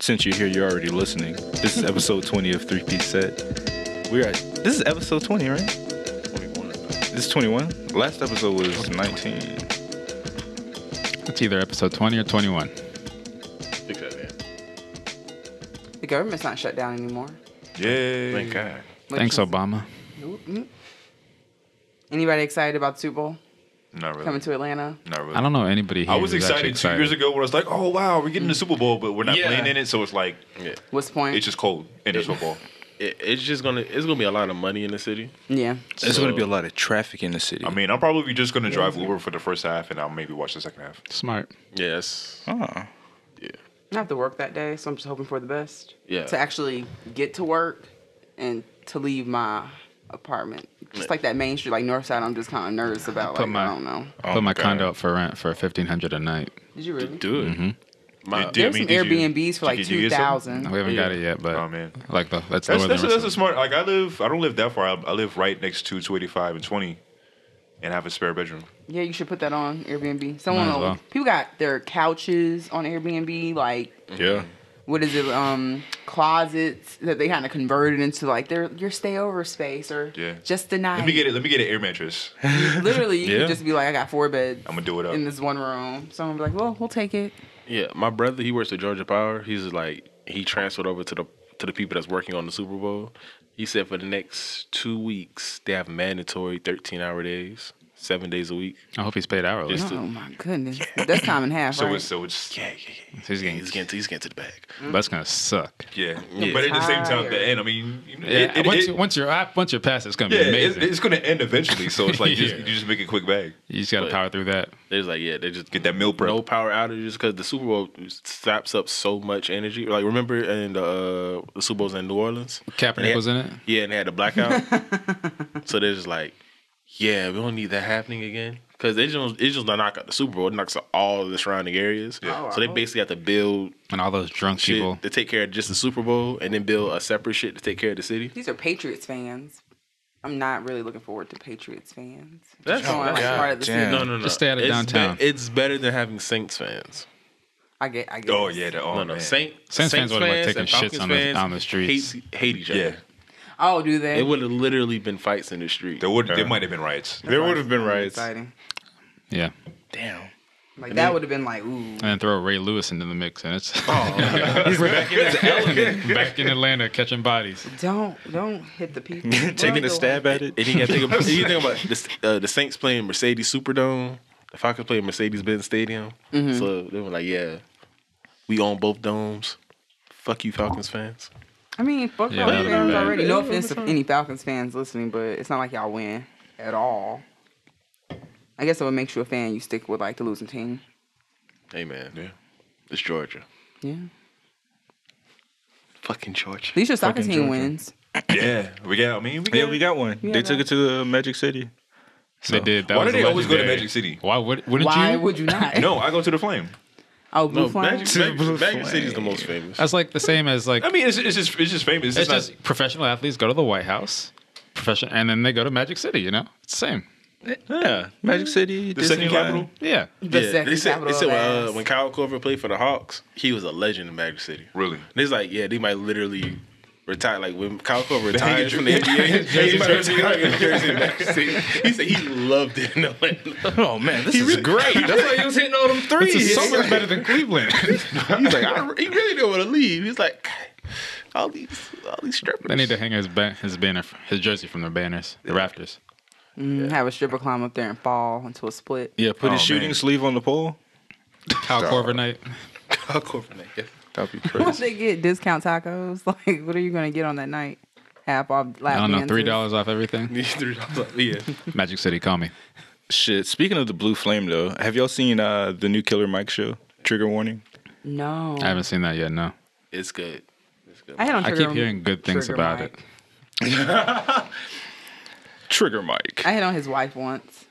since you're here, you're already listening. This is episode 20 of Three Piece Set. We are. This is episode 20, right? 21. This is 21. Last episode was 19. It's either episode 20 or 21. Fix that, man. The government's not shut down anymore. Yay! Thank God. Which Thanks, is- Obama. Nope, nope. Anybody excited about the Super Bowl Not really. coming to Atlanta? Not really. I don't know anybody here. I was who's actually excited, two years ago when I was like, "Oh wow, we're Mm. getting the Super Bowl, but we're not Yeah. playing in it." So it's like What's the point? it's just cold and there's football. It, it's just gonna it's gonna be a lot of money in the city. yeah. There's So- going to be a lot of traffic in the city. I mean, I'm probably just gonna drive Uber for the first half, and I'll maybe watch the second half. Smart. Yes. oh. I have to work that day, so I'm just hoping for the best. Yeah. To actually get to work and to leave my apartment. Just like that main street, like north side, I'm just kind of nervous about. put Like, my- I don't know. Oh Put my God. condo up for rent for 1500 a night. Did you really? Do it. Mm-hmm. My, Did- did- There's I mean, some E, did you- Airbnbs for like did you get two some? thousand. We haven't got Yeah. it yet, but Oh, man. like the that's, That's lower that's, than that's we're a smart. Like I live, I don't live that far. I, I live right next to 285 and 20, and have a spare bedroom. Yeah, you should put that on Airbnb. Someone Might as will- well. people got their couches on Airbnb, like Yeah. mm-hmm. what is it, um, closets that they kind of converted into like their your stay over space or Yeah. just the night. Let me get it. Let me get an air mattress. Literally, you Yeah. could just be like, I got four beds I'm gonna do it up. in this one room. Someone be like, well, we'll take it. yeah, my brother he works at Georgia Power. He's like he transferred over to the to the people that's working on the Super Bowl. He said for the next two weeks they have mandatory thirteen hour days, seven days a week. I hope he's paid hourly. Just- Oh my goodness, that's time and a half, so right? it's so it's Yeah, yeah, yeah. He's getting, He's getting to, he's getting to the bag. that's gonna suck. yeah. Yeah. But at the same time, Tired. the end. I mean, you know, Yeah, it- it- once, it- you, once you're up, once you're past, it's gonna yeah, be it, amazing. it's gonna end eventually. So it's like you, just, Yeah. you just make a quick bag, you just gotta but- power through that. They're just like yeah, they just get that meal prep. no power outages because the Super Bowl saps up so much energy. Like remember in the, uh, the Super Bowls in New Orleans, Kaepernick Yeah. was in it. yeah, and they had the blackout. so they're just like, yeah, we don't need that happening again because they just it just not knock out the Super Bowl. It knocks out all the surrounding areas. Yeah. So they basically have to build And all those drunk shit people. to take care of just the Super Bowl and then build a separate shit to take care of the city. These are Patriots fans. I'm not really looking forward to Patriots fans. That's- Just going, Oh, like, that's- part of the damn. city. No, no, no. Just stay out of it's downtown. be- it's better than having Saints fans. I get, I get. Oh it. yeah, the, oh, no, no. man. Saint, Saints fans would've, like, taking and shits Falcons on the- fans on the streets. Hate, hate each other. Yeah, Oh, do they? It would have literally been fights in the street. there would there might have been riots. There would have been riots. Exciting. Yeah, Damn. Like that would have been like, ooh. and then throw Ray Lewis into the mix, and it's Oh, He's back in his element. back in Atlanta catching bodies. Don't don't hit the people. Taking a stab at it. And you got to think about, you think about this, uh, the Saints playing Mercedes Superdome. The Falcons playing Mercedes Benz Stadium. So they were like, yeah, we own both domes. Fuck you, Falcons fans. I mean, fuck Yeah, that'd Falcons be fans bad. already. No offense to any Falcons fans listening, but it's not like y'all win at all. I guess what makes you a fan, you stick with like the losing team. Hey, man. Yeah. It's Georgia. Yeah. Fucking Georgia. At least your soccer Fucking team Georgia. wins. Yeah, we got. I mean, we got. Yeah, we got one. Yeah, they took no. it to uh, Magic City. They did. That Why do was they always go to legendary. Magic City? Why would, wouldn't Why you? would you not? No, I go to the Flame. Oh, blue No, flag. Magic, Magic, Magic City's the most famous. That's like the same as like I mean, it's, it's just it's just famous. It's, It's, not, just professional athletes go to the White House, profession, and then they go to Magic City. You know, it's the same. Yeah, Magic City, the second Disneyland. capital. Yeah, The yeah, second they said, capital they said of when, uh, ass. when Kyle Corver played for the Hawks, he was a legend in Magic City. Really? And it's like, yeah, they might literally retire. Like when Kyle Corver hanging retires from the jer- NBA, jersey he might jerseys. retire in jersey in Magic City. He said he loved it in Atlanta. Oh man, this is great. That's why he was hitting all them threes. so much better than Cleveland. He's like, I, he really didn't want to leave. He's like, all these, all these strippers. they need to hang his ba- his banner, his jersey from the banners, the rafters. Mm, Have a stripper climb up there and fall into a split. yeah, put his Oh, shooting man. sleeve on the pole. Kyle Korver night. Kyle Corver. man. Yeah. That'd be Once crazy. they get discount tacos, like what are you gonna get on that night? Half off. I lap don't know, dances. three dollars off everything. These three- I was like, yeah. Magic City, call me. Shit. Speaking of the Blue Flame, though, have y'all seen uh, the new Killer Mike show? Trigger warning. No. I haven't seen that yet. No, It's good. It's good. I had on. I keep Trigger- hearing good things Trigger about Mike. it. Trigger Mike. I had on his wife once.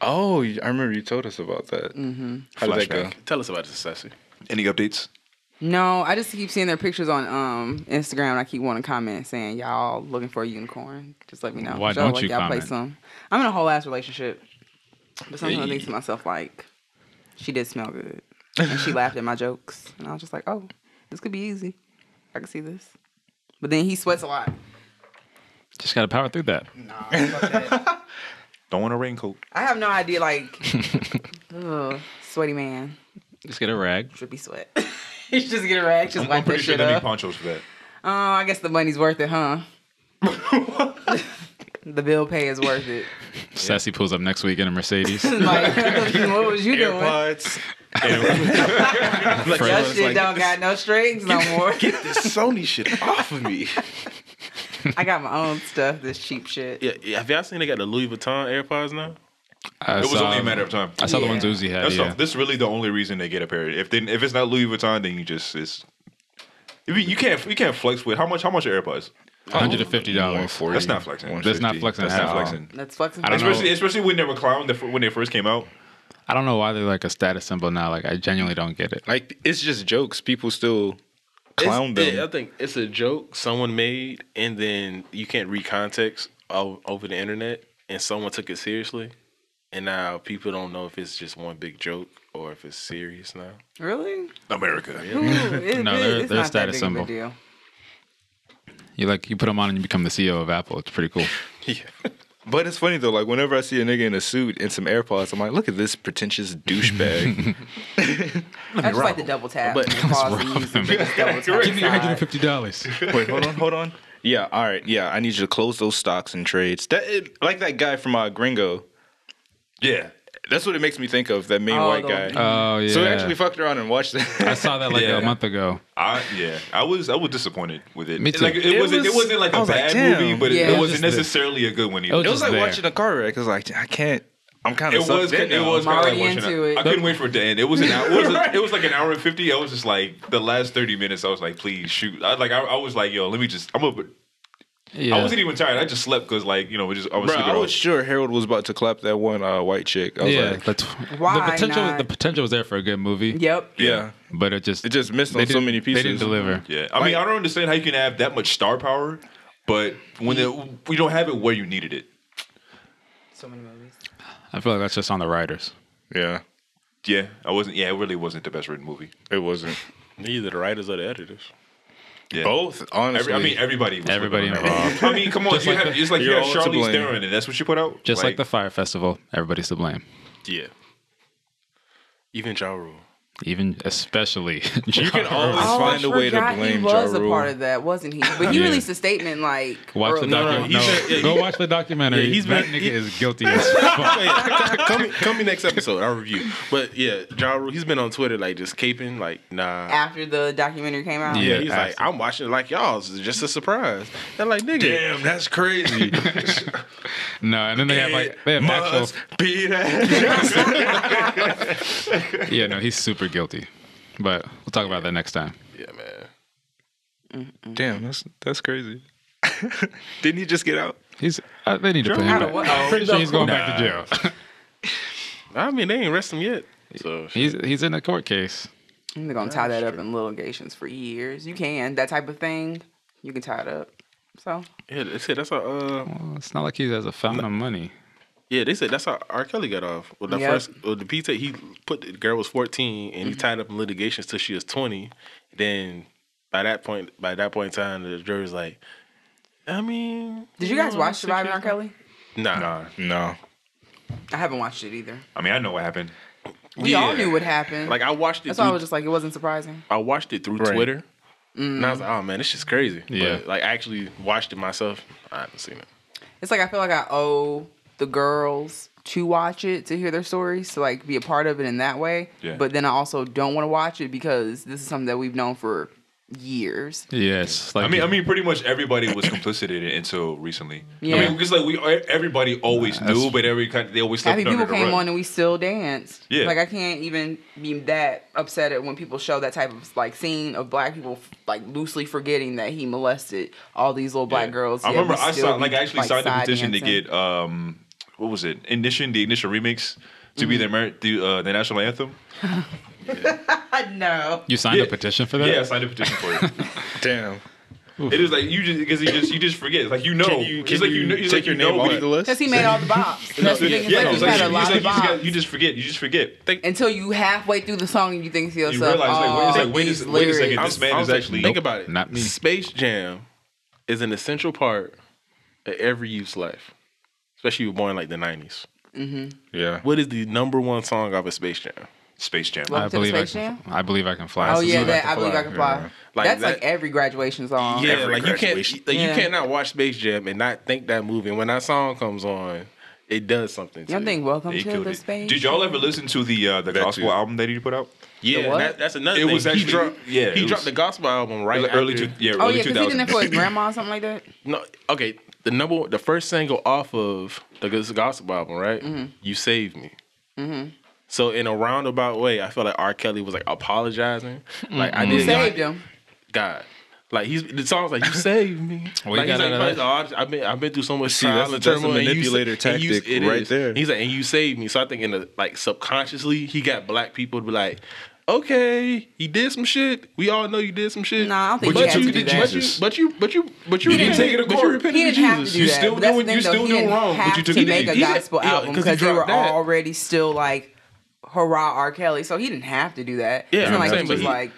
oh, I remember you told us about that. Mm-hmm. How did that go? Flashback. Tell us about this, Sassy. Any updates? No, I just keep seeing their pictures on um Instagram. And I keep wanting to comment saying y'all looking for a unicorn. Just let me know. Why Y'all don't like you y'all comment? play some. I'm in a whole ass relationship, but sometimes I think to myself like, she did smell good, and she laughed at my jokes, and I was just like, oh, This could be easy. I can see this. But then he sweats a lot. Just gotta power through that. Nah, fuck that. Don't want a raincoat. I have no idea. Like, ugh, sweaty man, Just get a rag. drippy sweat. you just get a rag, just I'm, wipe I'm that pretty sure shit they need up. ponchos for that. Oh, I guess the money's worth it, huh? the bill pay is worth it. Sassy pulls up next week in a Mercedes. like, what was you doing? Uh, AirPods. That Fred, shit don't got no strings no more. Get this Sony shit off of me. I got my own stuff. This cheap shit. Yeah, yeah, have y'all seen they got the Louis Vuitton AirPods now? I It was saw- only a matter of time. I saw the Yeah. ones Uzi had. That's um, Yeah. the, this is really the only reason they get a pair. If they, if it's not Louis Vuitton, then you just it's. You you can't you can't flex with how much how much are AirPods? Hundred and fifty dollars. 140, That's not flexing. That's not flexing That's at not all. flexing. That's fucking. Uh, I don't know. Especially especially when they were clown the, when they first came out. I don't know why they're like a status symbol now. Like I genuinely don't get it. Like it's just jokes. People still clown It's- them. yeah, I think it's a joke someone made, and then you can't read context o- over the internet, and someone took it seriously, and now people don't know if it's just one big joke or if it's serious now. Really? America. Ooh, it- No, it- they're- they're it's not that status big of symbol. a deal. You like you put them on and you become the CEO of Apple. It's pretty cool. But it's funny though. Like whenever I see a nigga in a suit and some AirPods, I'm like, look at this pretentious douchebag. I just like the double tap. But- But pause the music. Just double tap. side. fifty dollars. Wait, hold on, hold on. Yeah, all right. Yeah, I need you to close those stocks and trades. That it, like that guy from uh, Gringo. Yeah. That's what it makes me think of. That main Oh, white the- guy. Oh yeah. So we actually fucked around and watched I that. saw that like Yeah. a month ago. I yeah. I was I was disappointed with it. Me It's too. Like it, It wasn't was- it wasn't like I a was like, bad damn. movie, but it- Yeah. it, It was wasn't just the- necessarily a good one either. It was it was just like there. watching a car wreck. It's like I can't. I'm kind of. It was. It I'm was kind of like already watching. into it. it. I couldn't wait for it to end. It was an hour. It was, it was like an hour and fifty. I was just like the last thirty minutes. I was like, please shoot. I like. I, I was like, yo, let me just. I'm a. Yeah. I wasn't even tired. I just slept because like you know, we just I was Bro, sleeping. I was off. sure Harold was about to clap that one uh, white chick. I was yeah. like, the, tw- the Why potential not? the potential was there for a good movie. Yep. yeah, But it just it just missed they on so didn't- many pieces. They didn't deliver. Yeah. I mean, I don't understand how you can have that much star power, but when the, we don't have it where you needed it. So many movies. I feel like that's just on the writers. Yeah, Yeah, I wasn't. Yeah, it really wasn't the best written movie. it wasn't. Neither the writers or the editors. Yeah. Both, Every, honestly. I mean, everybody. Was Everybody flipping around. involved. I mean, come on. you have, it's like you You're have all to Charlize blame. Theron, and that's what you put out. Just like, the Fire Festival, everybody's to blame. Yeah. Even Ja Rule. Even especially you can always Oh, find I a way to forgot blame he Ja was a Rule. part of that, wasn't he? But he Yeah. released a statement like. watch the early- documentary. no, No, he said- yeah, go he- watch the documentary. Yeah, he's he's that been- nigga he- is guilty as fuck. come, come me next episode. I'll review. But yeah, Ja Rule, he's been on Twitter like just caping, like, nah. After the documentary came out. yeah, Yeah, he's like, absolutely. I'm watching it like y'all. It's just a surprise. They're like, nigga. Damn, that's crazy. No, and then they have like they have Must actual. be that. Yeah, no, he's super guilty. But we'll talk about that next time. Yeah, man. Damn, that's that's crazy. Didn't he just get out? He's uh, they need to put him Out of back. what? oh, I'm pretty sure he's going back to jail. I mean, they ain't arrest him yet. So he's he's in a court case. They're gonna tie that up in litigations for years. You can that type of thing. You can tie it up. So yeah, they said that's how. Uh, Well, it's not like he has a fountain of money. yeah, they said that's how R. Kelly got off. Well, the Yep. Mm-hmm. first, well, the PT he put the girl was 14 and he tied up in litigations till she was 20. Then by that point, by that point in time, the jury's like, I mean, did you guys know, watch six Surviving years- R. Kelly? Nah, Nah. No. I haven't watched it either. I mean, I know what happened. We all Yeah. knew what happened. like I watched it. That's through, why I was just like, it wasn't surprising. I watched it through Right. Twitter. And Mm. I was like, oh man, this shit's crazy. Yeah. But, like I actually watched it myself. I haven't seen it. It's like I feel like I owe the girls to watch it to hear their stories to like be a part of it in that way. Yeah. But then I also don't want to watch it because this is something that we've known for years. Yeah, it's just like I mean, I mean, pretty much everybody was complicit in it until recently. I Yeah. mean, because like we e, everybody always knew, but every kind they always I slept mean, under people the came rug. on and we still danced. Yeah. Like I can't even be that upset at when people show that type of like scene of black people f- like loosely forgetting that he molested all these little black Yeah. girls. I yet we remember I still signed, like be, I actually like, signed the side petition dancing. to get um what was it? Ignition, the Ignition remix to Mm-hmm. be the Amer- the, uh, the national anthem. I know. you signed Yeah. a petition for that. Yeah, I signed a petition for it. Damn. It is like you just because you just you just forget. It's like you know. Can you- it's can Oh, like you you know. It's take like you your name know. off when- the list? Because he made all the bops. That's the thing. It's Yeah, like it's he's had like a you lot of it's like you just got- bops. you just forget. You just forget. Think Until you halfway through the song and you think to you yourself, realize like wait, it's oh, like wait, these a- wait a second. lyrics. This man is actually think about it. Not me. Space Jam is an essential part of every youth's life, especially if you were born in, like the nineties. Yeah. What is the number one song off of Space Jam? Space Jam. Welcome I to the believe I Space can. Jam? I believe I can fly. Oh It's a yeah, song. that I believe I can fly. Like That's that- like every graduation song. Yeah, every like you can't graduation. like Yeah. you cannot watch Space Jam and not think that movie. And when that song comes on, it does something. To Y'all think Welcome They to killed the it. Space? Did y'all ever listen to the uh, the That gospel too. album that he put out? you. The Yeah, what? that, that's another It thing. was he actually- dropped, yeah, he it dropped was- the gospel album right early after. two, yeah, Oh early yeah, because he did 2000s. that for his grandma or something like that. No, okay. The number one- the first single off of the Gos- gospel album, right? Mm-hmm. You saved me. So in a roundabout way, I feel like R. Kelly was like apologizing. Like I You did saved him. God. Like he's the song's like you saved me. Well, like, you he's got like, out of "But I've been I've been through so much See, trial that's- and that's a turmoil, and you manipulator sa- and you- tactic it right is. there. He's like, and you saved me. So I think in the like subconsciously, he got black people to be like, okay, he did some shit. We all know you did some shit. Nah, I don't think but he had you, to do but that. you- But you, but you, but you, He didn't repented- take it to but you court. repented He to didn't have to Jesus. do You that. still but that's doing- the you thing, though. still he doing didn't wrong, but have you took to it make a easy. Yeah, gospel yeah, 'cause album he because they dropped were that. already still like hurrah R. Kelly, so he didn't have to do that. Yeah, it's I'm not like saying, he but was he- like,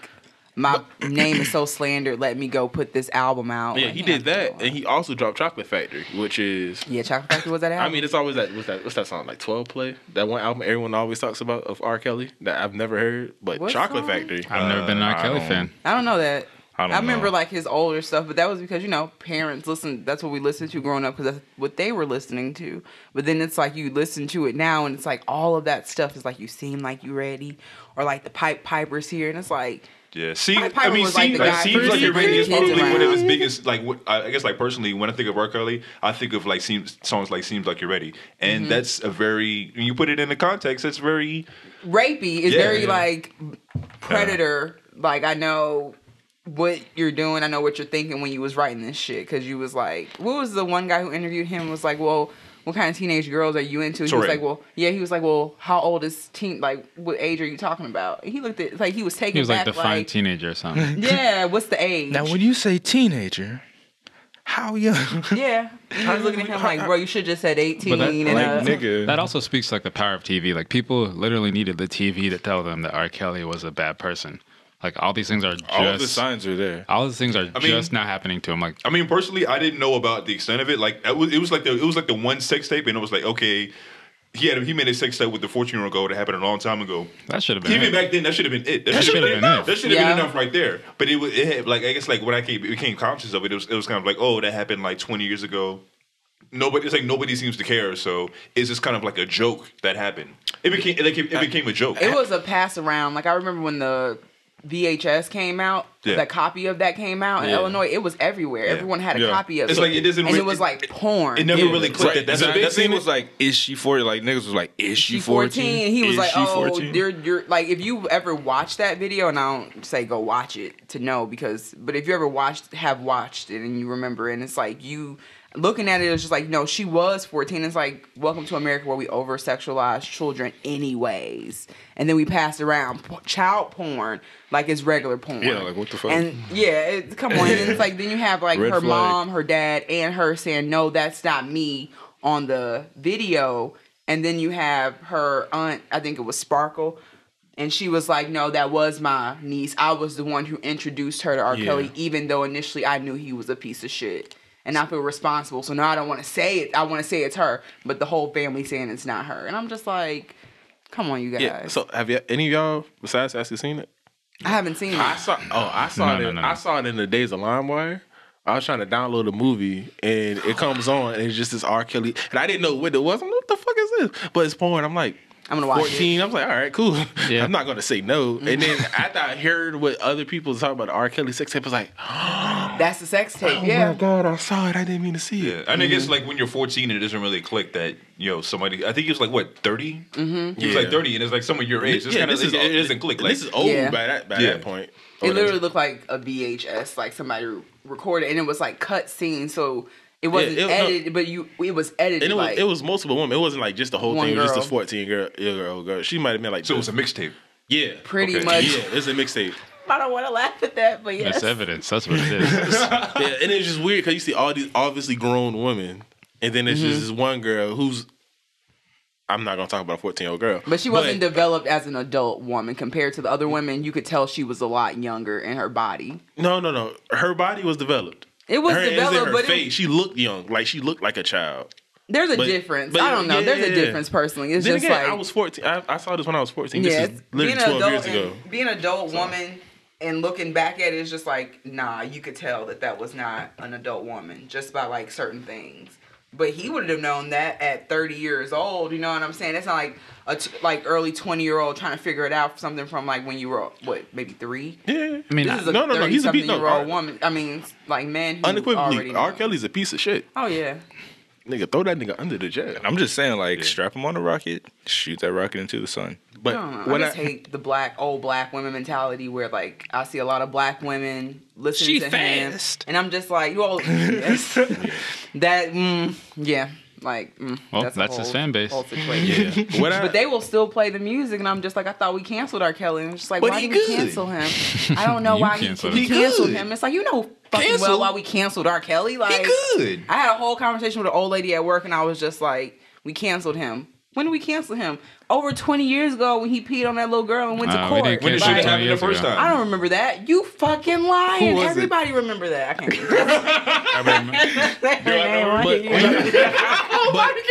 my name is so slandered. Let me go put this album out. Yeah, Like, he didn't did have to that, do and he also dropped Chocolate Factory, which is. Yeah, Chocolate Factory was that album. I mean, it's always that what's that what's that song like? Twelve Play, that one album everyone always talks about of R. Kelly that I've never heard, but What Chocolate song? Factory. I've never been an Uh, R. I Kelly don't- fan. I don't know that. I don't remember know. like his older stuff, but that was because you know parents listen. That's what we listened to growing up because that's what they were listening to. But then it's like you listen to it now, and it's like all of that stuff is like you seem like you ready, or like the Pipe Piper's here, and it's like Yeah, see, Pied Piper I mean, was like seems the like, guy seems like pretty it really is kids probably one of around. his biggest. Like, what, I I guess, like personally, when I think of R. Kelly, I think of like seems, songs like "Seems Like You're Ready," Mm-hmm. and that's a very. When you put it in the context, it's very. rapey is Yeah, very yeah. like predator. Like I know what you're doing. I know what you're thinking when you was writing this shit because you was like, what was the one guy who interviewed him was like, well. What kind of teenage girls are you into? He was Tourette. like, well, yeah. He was like, well, how old is teen? Like, what age are you talking about? And he looked at like he was taking He was like back, the fine teenager or something. yeah. What's the age? Now, when you say teenager, how young? yeah, he was looking at him like, bro, you should just said eighteen. But that- and like, uh, nigga. That also speaks like the power of TV. Like people literally needed the TV to tell them that R. Kelly was a bad person. Like all these things are just All the signs are there. all these things are mean- just now happening to him. Like I mean, personally, I didn't know about the extent of it. Like, it was, it was like the it was like the one sex tape, and it was like, okay, he had he made a sex tape with the fourteen year old girl that happened a long time ago. that should have been. Even it. back then, that should have been it. That, should have been, it. enough. That should have Yeah. been enough right there. But it was it had, like I guess like when I came, became conscious of it, it was, it was kind of like oh that happened like 20 years ago. Nobody, it's like nobody seems to care. So it's just kind of like a joke that happened. It became like it, it became a joke. It was a pass around. Like I remember when the VHS came out, Yeah. the copy of that came out in Yeah. Illinois. It was everywhere. Everyone had a Yeah. copy of It's it. like it doesn't and re- it was like it- porn. it never Yeah. really clicked. that, that's the that- big that's thing it. was like, is she 40? Like, niggas was like, is she She 14? 14. and He was Is like, she "Oh, 14?" you're you're like if you ever watched that video, and I don't say go watch it to know because, but if you ever watched have watched it and you remember, and it's like you looking at it, it's just like no, she was 14. It's like welcome to America where we over sexualize children anyways, and then we pass around p- child porn like it's regular porn. Yeah, like, what the fuck? And yeah, it, come on, and it's like then you have like Red her flag. mom, her dad, and her saying no, that's not me on the video. And then you have her aunt, I think it was Sparkle, and she was like, "No, that was my niece. I was the one who introduced her to R. Yeah. Kelly, even though initially I knew he was a piece of shit, and I feel responsible. So now I don't want to say it. I want to say it's her, but the whole family saying it's not her. And I'm just like, come on, you guys. Yeah. So have you any of y'all besides us seen it? I haven't seen I it. saw. Oh, I saw No, it. no, in, no, no. I saw it in the days of LimeWire. I was trying to download a movie and it comes on and it's just this R. Kelly and I didn't know what it was. I'm like, what the fuck is this? But it's porn. I'm like, I'm gonna watch it. 14. I'm like, all right, cool. Yeah. I'm not gonna say no. And then after I heard what other people talk about the R. Kelly sex tape, I was like, That's the sex oh tape. yeah. my god, I saw it. I didn't mean to see Yeah, it. and I guess like when you're 14, it doesn't really click that you know somebody. I think he was like what 30. Mm-hmm. He was Yeah. like 30, and it's like someone your age. It's kind of it, it doesn't click. Like this is old Yeah. by that by Yeah. Oh, that point. It literally looked like a VHS, like somebody recorded, and it was like cut scene, so it wasn't it was- edited, but you it was edited. And it was like, it was multiple women. It wasn't like just the whole One thing. It was girl. just the 14 girl, year old girl. She might have been like, so it was the- a mixtape. yeah, pretty okay. much. yeah. It's a mixtape. I don't want to laugh at that, but yes. That's evidence. That's what it is. yeah, and it's just weird because you see all these obviously grown women, and then it's just Mm-hmm. this one girl who's. I'm not gonna talk about a 14 year old girl, But she wasn't developed as an adult woman compared to the other women. You could tell she was a lot younger in her body. no, no, no. Her body was developed. It was her, it's in developed, her but it- face, she looked young, like she looked like a child. There's a But- difference. but I don't know. yeah, There's yeah, a yeah. difference personally. It's then just again, like I was 14. I, I saw this when I was 14. yeah, this is it's- being literally an 12 years adult, ago. and, being an adult woman and looking back at it is just like nah. You could tell that that was not an adult woman just by like certain things. But he would have known that at 30 years old. You know what I'm saying? That's not like a t- like early 20 year old trying to figure it out something from like when you were what maybe three. Yeah, I mean, This I- is a no, no, no. He's a beat. 30-something No, year old R- woman. I mean, like man, who already unequivocally, know. R. Kelly's a piece of shit. Oh yeah, Nigga, throw that nigga under the jail. I'm just saying, like, strap him on a rocket, shoot that rocket into the sun. But I don't know. I when I, just hate the black old black women mentality where like I see a lot of black women listening She to fast. him, and I'm just like, you all yes. that mm, yeah, like mm, Well, a that's his fan base. whole situation. when I, But they will still play the music, and I'm just like, I thought we canceled R. Kelly, and it's just like, But why he did we good. cancel him? I don't know You why he, canceled him. we He canceled good. him. It's like you know fucking well Canceled? why we canceled R. Kelly. Like good. I had a whole conversation with an old lady at work, and I was just like, "We canceled him. When did we cancel him? Over 20 years ago, when he peed on that little girl and went to Uh, we court. didn't When did cancel shit Like, him. happen the 20 years first ago. time? I don't remember that. You fucking lying. Who was it? Everybody remember that. I can't. Remember. Her name, I But- can't remember. oh my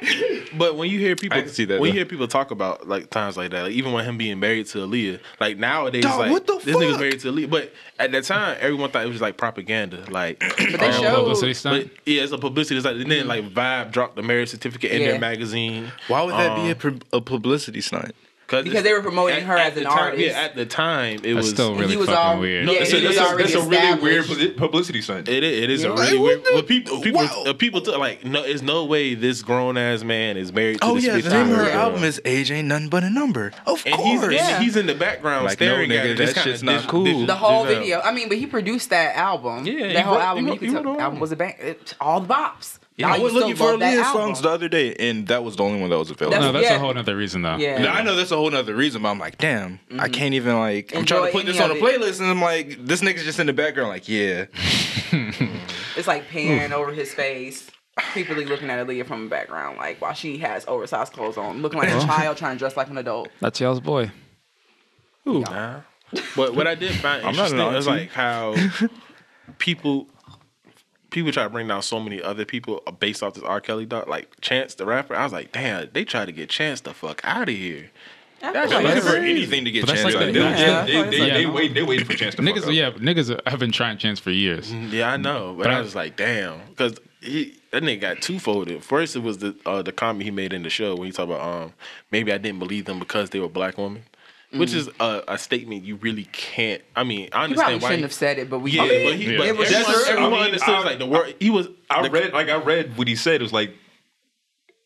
god. But when you hear people, I can see that, When though. you hear people talk about like times like that, like, even when him being married to Aaliyah, like nowadays, Dog, like what the this fuck? nigga's married to Aaliyah. But at that time, everyone thought it was like propaganda. Like, But they um, showed- Mm-hmm. Publicity but stunt. yeah, it's a publicity. It's like and then like Vibe dropped the marriage certificate in Yeah. their magazine. Why would that be a, pub- a publicity stunt? Because they were promoting her as the an time- artist. Yeah, at the time it That's was still really he was fucking all- weird. No, Yeah, It's it a, was that's, a, already that's a really weird established. publi- publicity stunt. It is, it is Yeah. a Like, really what weird. the- Well, people, people, Wow. uh, people took like no. It's no way this grown ass man is married. to Oh this yeah, bitch the name of that her we're album doing. is "Age Ain't Nothing But a Number." Of And course, he's, and Yeah. he's in the background Like, no, staring at nigga, it. that Just kinda shit's not dis- cool. dis- The whole dis- video. I mean, but he produced that album. Yeah, he that whole wrote- he album. wrote- he you could tell wrote all the album of was a bang. It's all the bops. Yeah, I you was still looking for love that Aaliyah album. songs the other day, and that was the only one that was available. No, That's- that's yeah. a whole other reason though. Yeah. Mm-hmm. Now, I know that's a whole nother reason, but I'm like, damn, I can't even like. I'm trying Enjoy to put this any on a of playlist, and I'm like, this nigga's just in the background, like, yeah, It's like pan over his face. People be looking at Aaliyah from the background, like while she has oversized clothes on, looking like a child trying to dress like an adult. That's y'all's boy. Nah. But what I did find I'm not an interesting is auntie. like how people people try to bring down so many other people based off this R. Kelly doc, like Chance the rapper. I was like, damn, they try to get Chance the fuck out of here. That's But I'm looking that's for crazy. anything to get But that's chance. like Like, the- that. Yeah. They, they, they, Yeah. wait, they waiting for chance to fuck Niggas, up. yeah, niggas have been trying Chance for years. Yeah, I know. But, But I I- was like, damn, because that nigga got twofolded. First, it was the uh, the comment he made in the show when he talked about um maybe I didn't believe them because they were black women, which Mm. is a, a statement you really can't. I mean, I He understand probably why. shouldn't have said it, but we yeah, did. but he, Yeah. but It was everyone, true. everyone I mean, understood I- like the word. He was. I the- read like I read what he said. It was like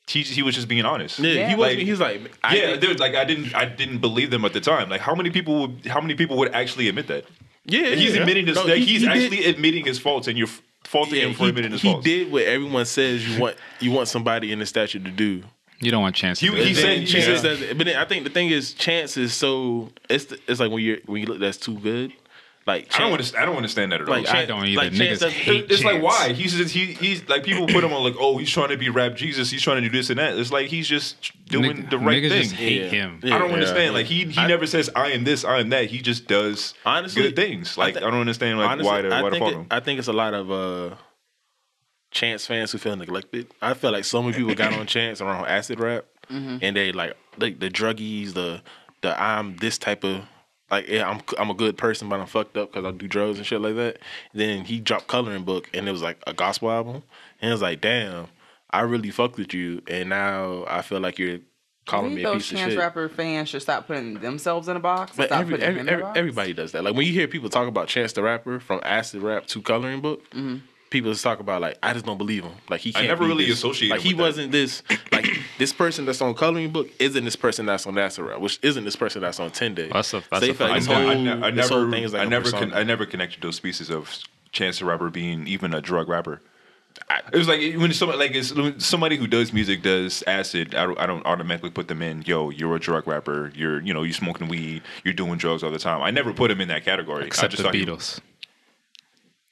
he, he was just being honest. Yeah, Yeah. he was. Like- He's like, I yeah, didn't- dude. Like I didn't, I didn't believe them at the time. Like how many people would, how many people would actually admit that? yeah. He's yeah. admitting this. No, like, he- he's he did- actually admitting his faults, and you're f- faulting yeah, him for admitting he, his he faults. did what everyone says you want. You want somebody in the statue to do. You don't want Chance. to You- do he that. Then said- Chance yeah. does it. But then I think the thing is, Chance is so. It's the, it's like when you when you look, that's too good. Like I don't Chance- understand. I don't understand that at all. Like, I don't either. like, niggas Chance does- hate it's like Chance. why he's just, he he's like people put him on like oh he's trying to be rap Jesus he's trying to do this and that it's like he's just doing Nigg- the right niggas thing just hate him. Yeah, I don't yeah, understand yeah. like he he never says I am this I am that he just does Honestly, good things like thi- I, don't understand like uh, honestly, why to I why to think fault it- him I think it's a lot of uh, Chance fans who feel neglected. I feel like so many people got on Chance around acid rap, Mm-hmm. and they like like the druggies, the the I'm this type of like yeah, I'm I'm a good person, but I'm fucked up because I do drugs and shit like that. Then he dropped Coloring Book, and it was like a gospel album, and it was like damn. I really fucked with you, and now I feel like you're calling Maybe me a those piece of chance shit. rapper fans should stop putting themselves in a box. and But stop every, putting every, him in a every, box. everybody does that. Like when you hear people talk about Chance the Rapper from acid rap to coloring book, Mm-hmm. people just talk about like I just don't believe him. Like he can't never be really this. associated Like he with that. wasn't this. Like this person that's on coloring book isn't this person that's on acid rap, which isn't this person that's on ten day. That's a- that's they a feel fact. like this I, whole, I, ne- I this never whole thing is like I a never persona. con- I never connected those pieces of Chance the Rapper being even a drug rapper It was like when somebody like it's, when somebody who does music does acid. I don't, I don't automatically put them in. Yo, you're a drug rapper. You're you know you smoking weed. You're doing drugs all the time. I never put them in that category. I Except just the thought he- Beatles.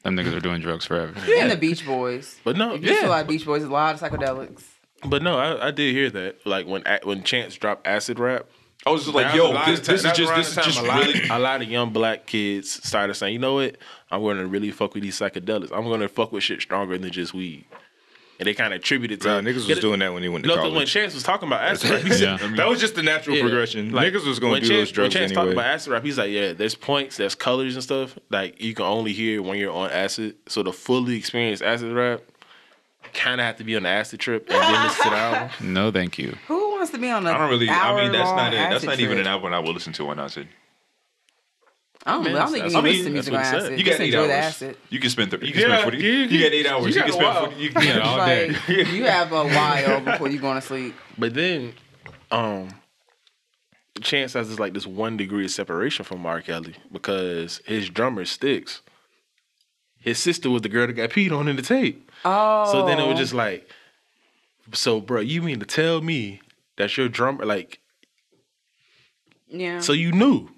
Them niggas are doing drugs forever. And the Beach Boys. But no, If you feel yeah. like Beach Boys, a lot of psychedelics. But no, I, I did hear that. Like when A- when Chance dropped acid rap, I was just like, That was a yo, lot this, of time- this that was is just around this is the time just a lot, really. a lot of young black kids started saying, you know what, I'm going to really fuck with these psychedelics. I'm going to fuck with shit stronger than just weed. And they kind of attributed to Bro, niggas was doing that when he went to No, 'cause college. when Chance was talking about acid rap, he said, Yeah. That was just the natural yeah, progression. like, niggas was gonna when do Chance, those drugs When Chance anyway. talked about acid rap, he's like, yeah, there's points, there's colors and stuff. Like you can only hear when you're on acid. So to fully experience acid rap, kind of have to be on the acid trip and then listen to the album. No, thank you. Who wants to be on a? I don't really. I mean, that's not it. That's not even an hour. album I would listen to on acid. I don't, I don't think you That's- can I mean, listen to music on that's what he said. acid. You Just got eight enjoy the hours. acid. You can spend. Th- you can Yeah, spend forty. you- You, got eight hours. You, got can a spend. while. 40, you can, Yeah, all day. Like you have a while before you're going to sleep. But then, um, Chance has this like this one degree of separation from R. Kelly because his drummer sticks. His sister was the girl that got peed on in the tape. Oh, So then it was just like, so bro, you mean to tell me that your drummer like? yeah. So you knew.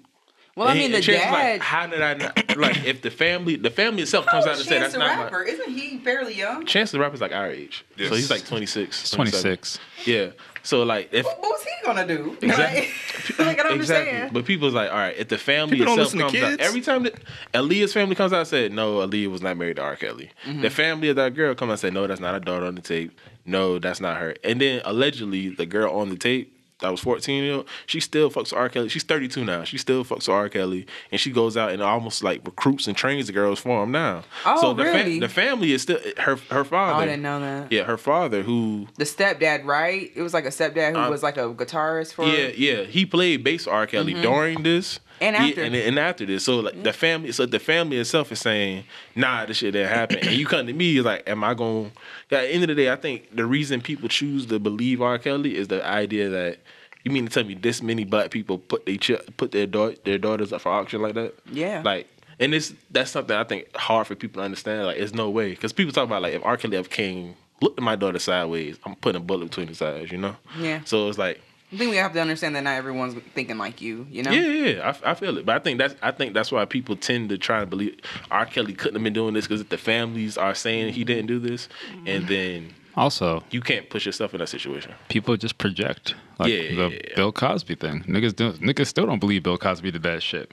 well, I And mean, the Chance was dad. Like, How did I not? Like, if the family, the family itself comes out and say that's a not Oh, rapper. my. Isn't he fairly young? Chance the rapper's like our age, so Yes. he's like 26, 27. 26. Yeah. So like, if What was he gonna do? Exactly. Like, like I don't Exactly. understand. But people's like, all right, if the family People don't itself listen comes to out, kids. every time that Aaliyah's family comes out, and said, no, Aaliyah was not married to R. Kelly. Mm-hmm. The family of that girl comes out and said, no, that's not a daughter on the tape. No, that's not her. And then allegedly, the girl on the tape that was 14 year old, she still fucks with R. Kelly. She's 32 now. She still fucks with R. Kelly. And she goes out and almost like recruits and trains the girls for him now. Oh, so the, really? the family is still her her Oh, father. I didn't know that. Yeah, her father who The stepdad, right? It was like a stepdad who Um, was like a guitarist for. Mm-hmm. Yeah, yeah. He played bass for R. Kelly during this And Yeah, after. Mm-hmm. and, and after this. So like the family, so the family itself is saying, "Nah, this shit didn't happen." and you come to me, you're like, "Am I going?" to At the end of the day, I think the reason people choose to believe R. Kelly is the idea that you mean to tell me this many black people put they ch- put their da- their daughters up for auction like that? Yeah. like. And it's that's something I think hard for people to understand. Like, there's no way because people talk about like if R. Kelly F. King looked at my daughter sideways, I'm putting a bullet between his eyes, you know. Yeah. So it's like I think we have to understand that not everyone's thinking like you. You know. yeah, yeah, I, I feel it, but I think that's I think that's why people tend to try and believe R. Kelly couldn't have been doing this because the families are saying he didn't do this, Mm-hmm. and then Also, you can't push yourself in that situation. people just project. Like Yeah, the yeah, yeah. Bill Cosby thing. Niggas, do, niggas still don't believe Bill Cosby did that shit.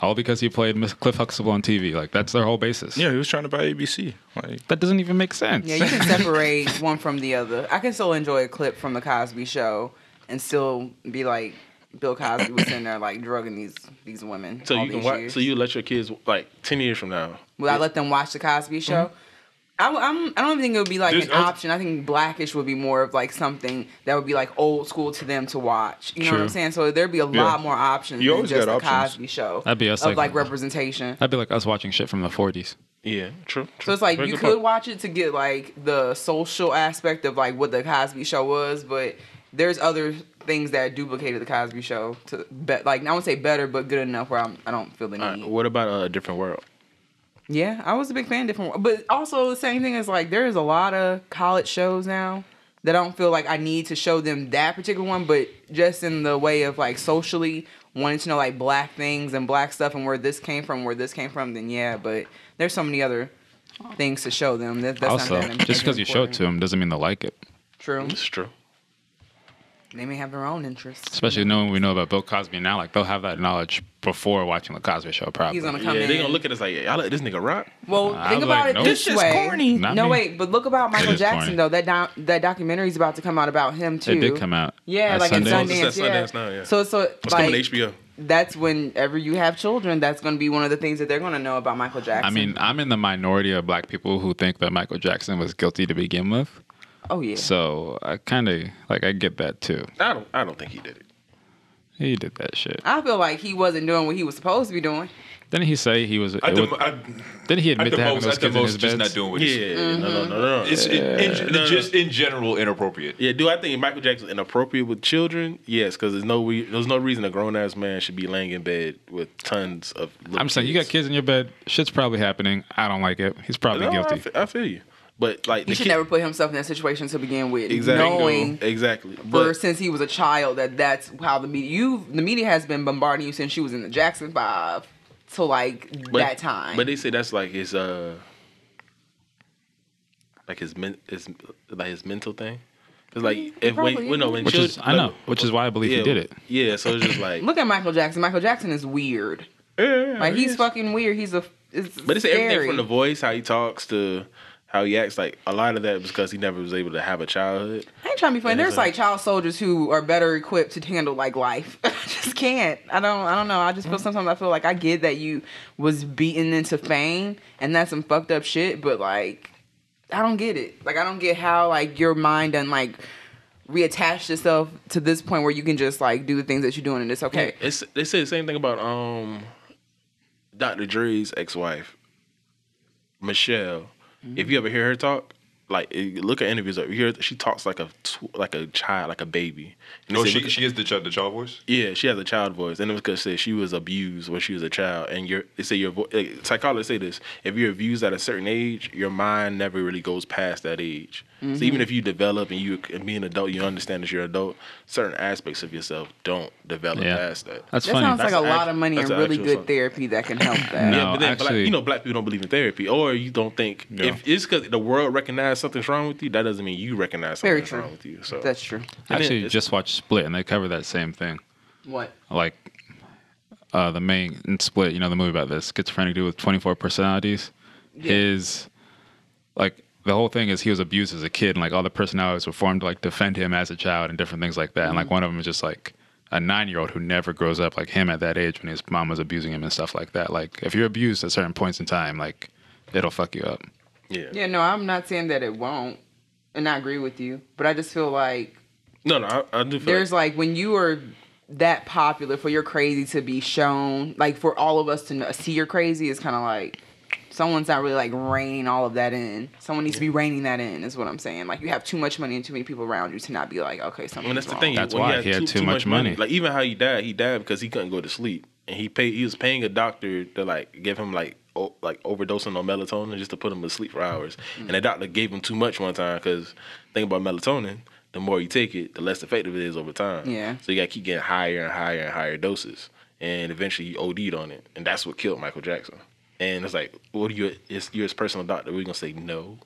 All because he played Miss Cliff Huxtable on TV. Like, that's their whole basis. yeah, he was trying to buy ABC. Like That doesn't even make sense. Yeah, you can separate one from the other. I can still enjoy a clip from the Cosby Show and still be like, Bill Cosby was in there like drugging these these women. So all you can these watch. years. So you let your kids like ten years from now. Will I let them watch the Cosby Show? Mm-hmm. I w- I'm- I don't think it would be like There's an also- option. I think Blackish would be more of like something that would be like old school to them to watch. You know what I'm True. saying? So there'd be a lot more options You than always just the got options. Cosby Show. That'd be us, of like, like- representation. That'd be like us watching shit from the 40s. Yeah, true. true. So it's like Very you good could point. watch it to get like the social aspect of like what the Cosby Show was, but there's other things that duplicated the Cosby Show to be- like I wouldn't say better, but good enough where I'm, I don't feel the All right, need. what about uh, a different world? Yeah, I was a big fan of different, but also the same thing is like there is a lot of college shows now that I don't feel like I need to show them that particular one, but just in the way of like socially wanting to know like black things and black stuff and where this came from, where this came from, then yeah, but there's so many other things to show them. That, that's also, not that just because you show it to important. them doesn't mean they'll like it. True. It's true. They may have their own interests. Especially knowing what we know about Bill Cosby now, like they'll have that knowledge before watching the Cosby Show. Probably. He's gonna come Yeah, in. they're gonna look at us like, yeah, y'all let this nigga rock. well, I'll think be about like, it nope. this This shit's way. corny. Not No, me. wait, but look about Michael is Jackson corny. though. That down, that documentary is about to come out about him too. It did come out. Yeah, at like in Sundance. Sundance. It's at yeah. Sundance now, yeah. So so What's coming like to HBO? that's whenever you have children, that's going to be one of the things that they're going to know about Michael Jackson. I mean, I'm in the minority of black people who think that Michael Jackson was guilty to begin with. oh yeah, So I kind of like I get that too. I don't. I don't think he did it. He did that shit. I feel like he wasn't doing what he was supposed to be doing. Didn't he say he was? At it the, was- mo- I, didn't he at admit the to having most, those at the kids in most, his just bed? not doing what Mm-hmm. Yeah, he's no, no, no, no. It's it- in, no, no. just in general inappropriate. Yeah, do I think Michael Jackson inappropriate with children? Yes, because there's no re- there's no reason a grown ass man should be laying in bed with tons of. Little I'm saying you got kids. kids in your bed. Shit's probably happening. I don't like it. He's probably No, I guilty. fe- I feel you, But like He the should kid- never put himself in that situation to begin with, exactly knowing exactly. for But since he was a child that that's how the media you the media has been bombarding you since you was in the Jackson Five to like but- that time. But they say that's like his uh like his men his like his mental thing. Cause like if when Mm, probably you know when Which children, is I know, which is why I believe yeah, he did it. Yeah, so it's just like Look at Michael Jackson. Michael Jackson is weird. Like he's fucking weird. He's a it's But it's everything scary. from the voice, how he talks to how he acts. Like a lot of that was because he never was able to have a childhood. I ain't trying to be funny. And There's it's like- like child soldiers who are better equipped to handle like life. I just can't. I don't. I don't know. I just Mm. feel sometimes I feel like I get that you was beaten into fame and that's some fucked up shit. But like, I don't get it. Like I don't get how like your mind and like reattached itself to this point where you can just like do the things that you're doing and it's okay. It's they say the same thing about um Dr. Dre's ex-wife, Michelle. If you ever hear her talk, like it- look at interviews. Like, you hear she talks like a tw- like a child, like a baby. And No, they say Oh, she because- she is the child, the child voice. Yeah, she has a child voice, and it was because said she was abused when she was a child. And your they say your vo- like, psychologists say this: if you're abused at a certain age, your mind never really goes past that age. Mm-hmm. So even if you develop and you and be an adult, you understand that you're an adult. Certain aspects of yourself don't develop Yeah. past that. That's that funny. sounds like That's a an lot act- of money and that's an really actual good song. therapy that can help that. No. yeah, but then actually- black, you know, black people don't believe in therapy, or you don't think Yeah. if it's because the world recognizes something's wrong with you, that doesn't mean you recognize Very something's true. wrong with you. So That's true. I And then actually it's- just watched Split and they cover that same thing. What? Like uh, the main in Split, you know, the movie about this schizophrenic dude with 24 personalities. His like the whole thing is he was abused as a kid and like all the personalities were formed to like defend him as a child and different things like that. And like Mm-hmm. one of them is just like a nine year old who never grows up like him at that age when his mom was abusing him and stuff like that. Like if you're abused at certain points in time, like it'll fuck you up. yeah. Yeah. No, I'm not saying that it won't, and I agree with you. But I just feel like No, no, I, I do feel there's like when you are that popular for your crazy to be shown, like for all of us to know, see your crazy is kind of like someone's not really like reining all of that in. Someone needs to be reining that in, is what I'm saying. Like you have too much money and too many people around you to not be like, okay, something's I mean, that's the wrong. thing. That's when why he had too much money. Like even how he died, he died because he couldn't go to sleep, and he paid. He was paying a doctor to like give him like o- like overdosing on melatonin just to put him to sleep for hours. Mm. And the doctor gave him too much one time because thing about melatonin, the more you take it, the less effective it is over time. Yeah. So you got to keep getting higher and higher and higher doses, and eventually he OD'd on it, and that's what killed Michael Jackson. And it's like, what are you? It's, you're his personal doctor. We're gonna say no.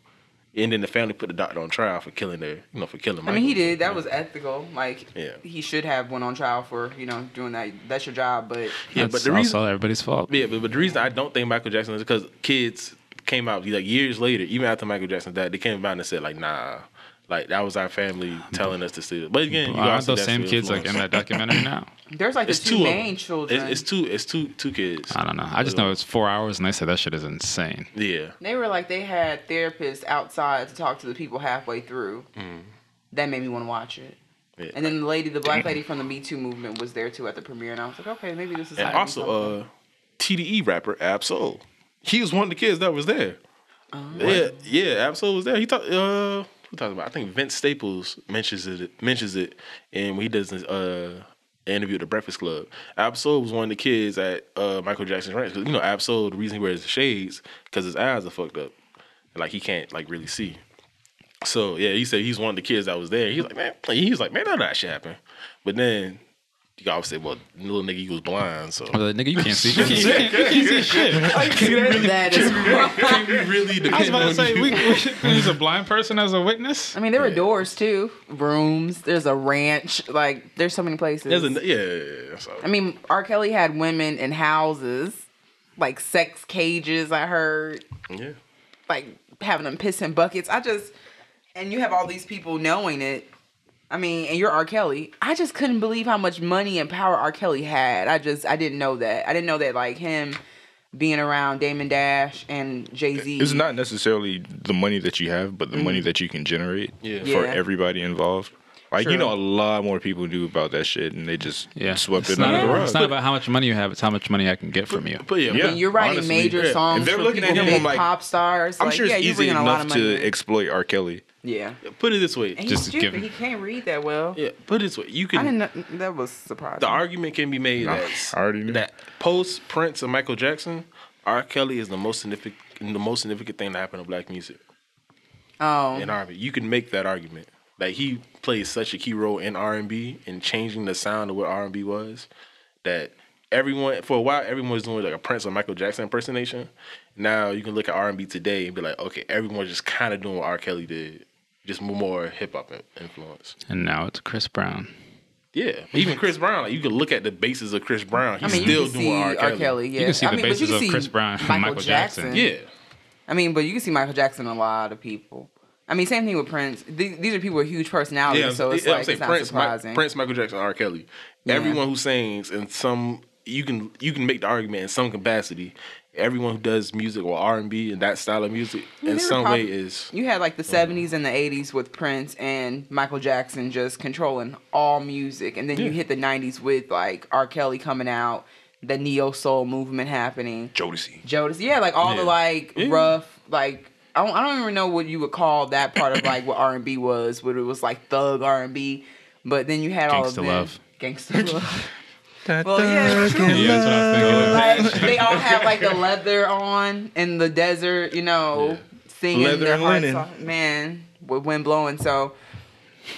And then the family put the doctor on trial for killing their, you know, for killing. I mean, he did. That was ethical. Like, Yeah. he should have went on trial for you know doing that. That's your job, but Yeah, That's but the reason also everybody's fault. Yeah, but, but the reason I don't think Michael Jackson is because kids came out like years later, even after Michael Jackson died, they came out and said like, nah, like that was our family telling us to steal. But again, you Aren't also those same kids like in that documentary now? there's like It's the two, two, of them. main children. It's, it's two. It's two. Two kids. I don't know. I just know it's four hours, and they said that shit is insane. Yeah. They were like they had therapists outside to talk to the people halfway through. That made me want to watch it. Mm. Yeah. And then the lady, the black lady from the Me Too movement, was there too at the premiere, and I was like, okay, maybe this is. And also, uh, TDE rapper Ab Soul. He was one of the kids that was there. yeah, yeah, Ab Soul was there. He talked. Uh, who talked about? I think Vince Staples mentions it. Mentions it, and when he does this uh, interview at the Breakfast Club, Ab Soul was one of the kids at uh, Michael Jackson's ranch. 'Cause, you know, Ab Soul, the reason he wears the shades because his eyes are fucked up, and like he can't like really see. So yeah, he said he's one of the kids that was there. He's like, man, he's like, man, that that shit happened. But then you always say, well, little nigga, you was blind, so I was like, nigga, you can't see. You can't see. that is. really I was depend about to on say, you. we, we, we use a blind person as a witness. I mean, there were doors too, rooms. There's a ranch. Like, there's so many places. There's a, yeah, yeah, yeah, so. I mean, R. Kelly had women in houses, like sex cages. I heard. yeah. like having them piss in buckets. I just and you have all these people knowing it. I mean, and you're R. Kelly. I just couldn't believe how much money and power R. Kelly had. I just I didn't know that. I didn't know that like him being around Damon Dash and Jay Z. It's not necessarily the money that you have, but the money that you can generate Yeah. for Yeah. everybody involved. Like True. you know, a lot more people knew about that shit, and they just Yeah, swept it's it not, under the about, rug. it's not about how much money you have; it's how much money I can get from you. But yeah, Yeah. and you're writing honestly, major yeah. songs If they're for looking at people, him, I'm big like- pop stars. I'm like, sure it's yeah, you're easy bringing a lot of enough money. to in. exploit R. Kelly. yeah, put it this way. and he's Just stupid. giving- He can't read that well. yeah, put it this way. You I didn't. can. Know, that was surprising. The argument can be made that I already knew. that post Prince and Michael Jackson, R. Kelly is the most significant, the most significant thing that happened to black music. Oh. in R&B. You can make that argument. Like he plays such a key role in R&B and changing the sound of what R&B was that everyone for a while everyone was doing like a Prince or Michael Jackson impersonation. Now you can look at R&B today and be like, okay, everyone's just kind of doing what R. Kelly did, just more hip hop in- influence. And now it's Chris Brown. Yeah, even Chris Brown. Like you can look at the bases of Chris Brown. I He's mean, you still can doing see R. Kelly. Yeah, can see I the mean, but basis you can of see Chris Brown and Michael Jackson. Yeah, I mean, but you can see Michael Jackson in a lot of people. I mean, same thing with Prince. Th- these are people with huge personalities, yeah. so it's yeah, I'm like saying it's not Prince, Mi- surprising. Prince, Michael Jackson, R. Kelly. Yeah. Everyone who sings and some you can you can make the argument in some capacity. Everyone who does music or R and B and that style of music mean, in they were some prob- way is You had like the '70s and the '80s with Prince and Michael Jackson just controlling all music, and then you hit the '90s with like R. Kelly coming out, the neo soul movement happening. Jodeci. Jodeci, yeah, like all Yeah. the like rough, like I don't, I don't even know what you would call that part of like what R and B was, what it was like thug R and B, but then you had all of Gangsta them. love. Gangsta love. well, yeah, true. Yeah, that's what I was Like they all had like the leather on in the desert, you know, singing Leather their and hearts linen. off. Man, with wind blowing. So,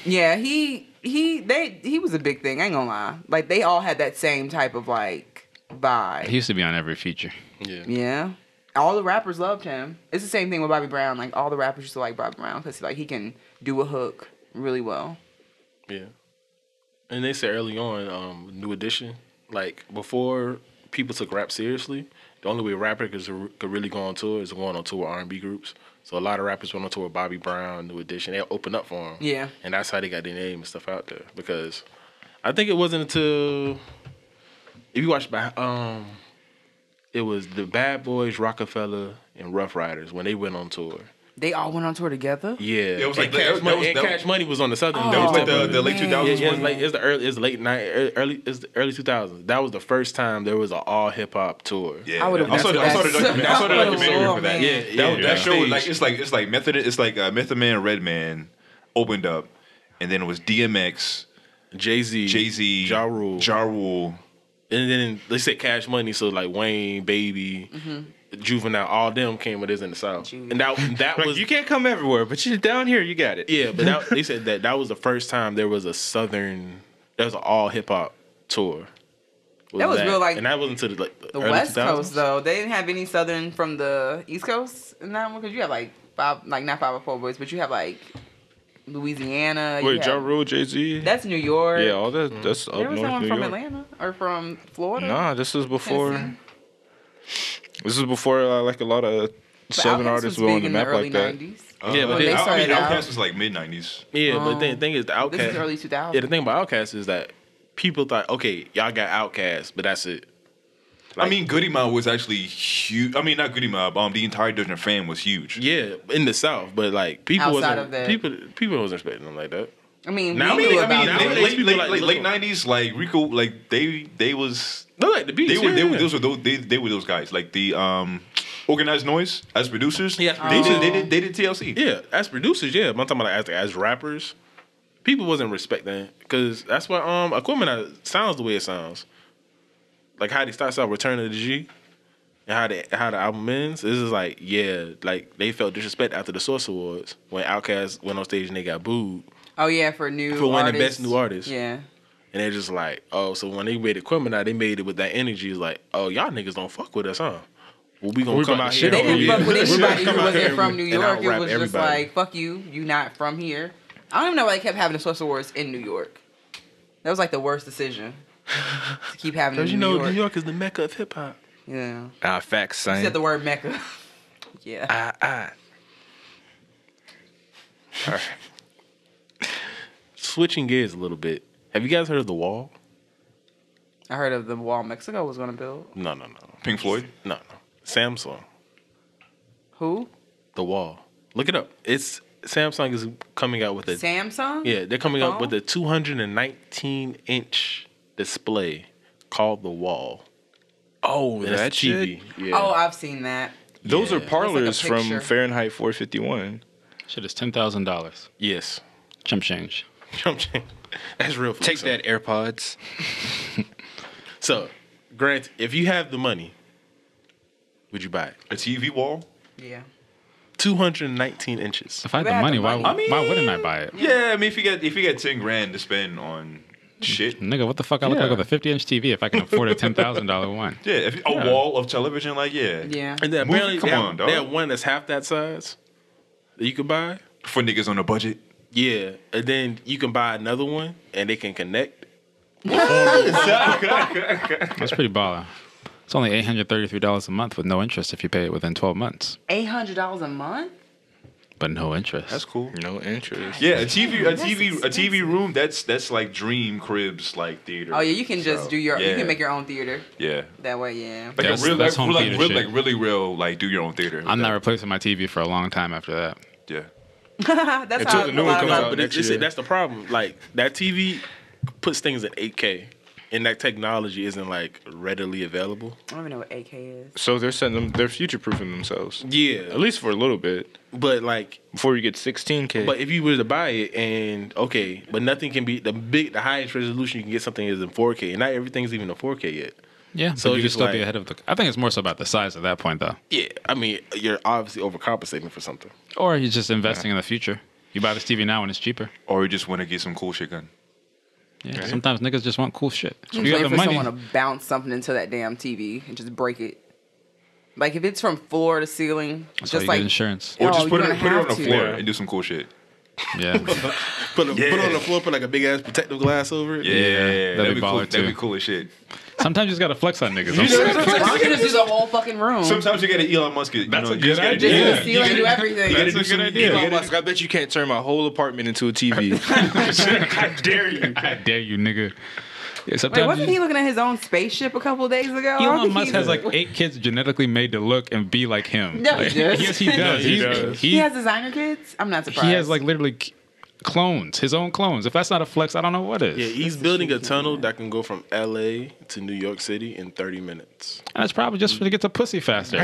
yeah, he he they he was a big thing. I ain't gonna lie. Like they all had that same type of like vibe. thinking. He used to be on every feature. yeah. Yeah. All the rappers loved him. It's the same thing with Bobby Brown. Like all the rappers used to like Bobby Brown because like he can do a hook really well. Yeah. And they said early on, um, New Edition, like before people took rap seriously, the only way rappers could, could really go on tour is going on tour with R&B groups. So a lot of rappers went on tour with Bobby Brown, New Edition. They opened up for him. Yeah. And that's how they got their name and stuff out there. Because I think it wasn't until, if you watch, Bah- um, it was the Bad Boys, Rockefeller, and Rough Riders when they went on tour. They all went on tour together. Yeah, It was And like- that Cash, was- Money, that was- and that was- Cash Money was on the southern. That That was like tip the, of it. the late man. two thousands. Yeah, it's like it's the early, it's late night, ear- early, it's the early 2000s. That was the first time there was an all hip hop tour. Yeah, I would've I saw, missed the- I saw the that. documentary, I saw the I would've documentary for loved that. that. Yeah, Yeah, that, yeah. that show was like Backstage. it's like it's like Method it's like uh, Method Man, Red Man opened up, and then it was DMX, Jay Z, Jay Z, Ja Rule, Ja Rule. and then they said Cash Money. So like Wayne, Baby, Mm-hmm. Juvenile, all them came with this in the South, Juvenile. and that that was you can't come everywhere, but you down here, you got it. yeah. But that, they said that that was the first time there was a southern, there was an all hip hop tour. That was real, like, and that wasn't to the like The early West 2000s. Coast though, they didn't have any Southern from the East Coast in that one because you have like five, like not five or four boys, but you have like Louisiana. you Wait, have- Ja Rule, Jay Z. That's New York. Yeah, all that. That's up there was north someone New from York. Atlanta or from Florida. Nah, this was before. Tennessee. This was before uh, like a lot of But southern Outkast artists was were on big the in map early like that. Oh, 90s. Yeah, but Uh, they I- I started mean, out- Outkast was like mid nineties. Yeah, but the Um, thing is, the This Outcast. is early 2000s. Yeah, the thing about Outcast is that people thought, okay, y'all got Outcast, but that's it. I mean, Goody Mob was actually huge. I mean, not Goody Mob. Um, the entire Disney fan was huge. Yeah, in the South, but like people Outside wasn't of that. people people wasn't expecting them like that. I mean, Now we they- knew I mean, about now it. they- Nowadays, people late like- late- look- late nineties, like Rico, like they they was They like the beats. they were, they, yeah. were those were those they, they were those guys like the um organized noise as producers. Yeah, they producers. did, they did they did TLC. Yeah, as producers, yeah. But I'm talking about like, as as rappers, people wasn't respecting because that's why um equipment sounds the way it sounds. Like how they starts out Return of the G, and how the how the album ends. This is like yeah, like they felt disrespect after the Source Awards when Outkast went on stage and they got booed. Oh yeah, for new For winning artists. Best New Artist. Yeah, And they're just like, oh, so when they made Equipment out, they made it with that energy. It's like, oh, y'all niggas don't fuck with us, huh? Well, we gonna We come about out to here. shit they and- didn't yeah. fuck with We gonna anybody come who out here wasn't and- from New and York. It out-rap was just everybody. like, fuck you, you not from here. I don't even know why they kept having the Source Awards in New York. That was like the worst decision to keep having. Don't Don't you know New York? New York is the mecca of hip hop? Yeah, Ah, facts, you son. said the word Mecca. yeah, Ah, ah. Switching gears a little bit. Have you guys heard of the Wall? I heard of the wall Mexico was gonna build. No, no, no, Pink Floyd. no, no. Samsung, Who? the Wall. Look it up. It's Samsung is coming out with a Samsung. yeah. They're coming out Phone? with a 219 inch display called the Wall. Oh, And it's that TV. shit. Yeah. Oh, I've seen that. Those are Yeah. parlors Looks like a from picture. Fahrenheit 451. Shit is ten thousand dollars. yes. Chump change. Jump change. That's real. food, son. AirPods. So, Grant, if you have the money, would you buy it? A TV wall? Yeah. 219 inches. If I had If I the had money, the why, money. I why mean- wouldn't I buy it? Yeah, I mean, if you got if you got ten grand to spend on shit, Nigga, what the fuck? I look Yeah. like with a 50 inch TV if I can afford a $10,000 one. yeah, if a wall of television, like yeah, Yeah. And then Movie? apparently, Come they, on, have, dog. they have one that's half that size that you can buy. for niggas on a budget. Yeah, and then you can buy another one, and they can connect. That's pretty baller. It's only $833 a month with no interest if you pay it within 12 months. Eight hundred dollars a month. But no interest. That's cool. No interest. Yeah, a TV, a That's TV, a TV expensive. room. That's that's like dream cribs, like theater. Oh yeah, you can just So, do your. yeah, You can make your own theater yeah. that way. Yeah. Like That's- a real, that's like, home like, theater real, shit. like really real, like do your own theater. I'm not Yeah. replacing my TV for a long time after that. Yeah. That's Until how the a new one lot comes of out. our- But it's, next it's, year. that's the problem. Like that TV puts things in 8K, and that technology isn't like readily available. I don't even know what AK is. So they're setting them. They're future proofing themselves. At Yeah, least for a little bit but like, before you get 16k. but if you were to buy it, and okay, but nothing can be the big, the highest resolution you can get something is in 4K, and not everything's even in 4K yet. Yeah, So so you it's could still be like- ahead of the. I think it's more so about the size at that point, though. Yeah, I mean, you're obviously overcompensating for something. Or you're just investing in the future. You buy this TV now when it's cheaper. Or you just want to get some cool shit Oh, done. Yeah, sometimes niggas just want cool shit. So I'm if you have the just waiting for money. someone to bounce something into that damn TV and just break it. Like if it's from floor to ceiling, That's why just you like get insurance. Or Oh, just put you're gonna it put it on have the to. floor Yeah. and do some cool shit. Yeah, Put, a, put it on Yeah. the floor, put like a big ass protective glass over it. Yeah, that'd, that'd be be cool. baller, That'd be too. cool as shit. sometimes you just gotta flex on niggas. I'm You know- sorry. Why don't you just do the whole fucking room? Sometimes you gotta Elon Musk it. That's you know, a you good just gotta idea. do- Yeah. Just seal and gotta- do everything. You gotta That's a do good some- idea. you Elon gotta- Musk, I bet you can't turn my whole apartment into a TV. I dare you. I dare you, nigga. Yeah, sometimes Wait, wasn't you- he looking at his own spaceship a couple days ago? I Elon think Musk he's- has like eight kids genetically made to look and be like him. No, he Like, does. Yes, he does. he He's- does. He, He has designer kids. I'm not surprised. he has like literally c- clones, his own clones. If that's not a flex, I don't know what is. Yeah, he's building a tunnel that can go from LA to New York City in 30 minutes. and it's probably just for to get to pussy faster.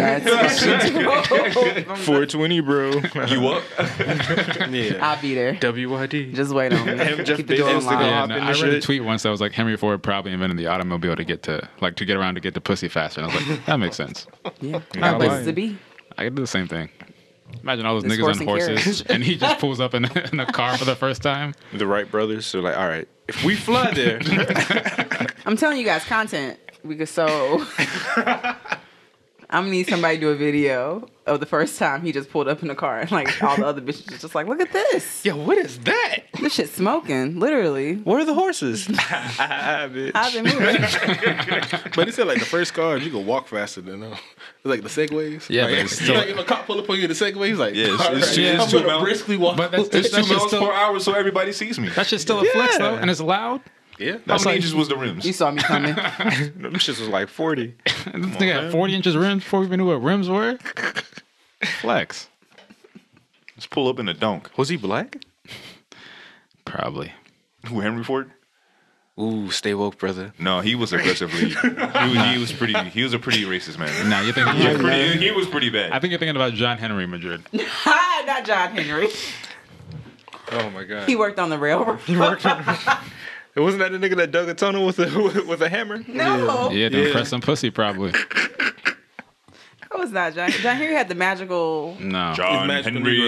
That's 420, bro. You up? Yeah. I'll be there. WYD. Just wait on me. Jeff Keep the door Bezos to go up. locked. Yeah, hop no, in the I read a shit. tweet once that was like Henry Ford probably invented the automobile to get to like to get around to get to pussy faster. And I was like, that makes sense. Yeah, Not not places lying. to be. I could do the same thing. Imagine all those This niggas horse on and horses, carriage. and he just pulls up in, in a car for the first time. The Wright brothers. So like, all right, if we fly there, I'm telling you guys, content. We could so. I'm gonna need somebody to do a video of the first time he just pulled up in the car and like all the other bitches was just like, look at this. yo, what is that? This shit's smoking, literally. Where are the horses? I've been moving. But he said like the first cars you can walk faster than them. It's like the segways. Yeah, like, but it's like, if still- a cop pull up on you in the segway, he's like, Yeah, it's- "All it's two- it's I'm two gonna miles. briskly walk. But that's, that's, It's two that's, miles per still, hour, so everybody sees me. that's just still a flex though, and it's loud. yeah, How many like- inches was the rims? You saw me coming. Them shits was like 40. And this nigga had 40 inches rims before we even knew what rims were. Flex, Let's pull up in a dunk. Was he black? probably. Who Henry Ford? Ooh, stay woke, brother. No, he was aggressively. he, was, he was pretty. He was a pretty racist man. No, you think? He was pretty, he was pretty I bad. think you're thinking about John Henry Madrid. Hi, not John Henry. Oh my god. He worked on the railroad. It wasn't that the nigga that dug a tunnel with a with a hammer? No, Yeah, to impress some pussy, probably. that was not John. John Henry had the magical. No. John He's magical Henry.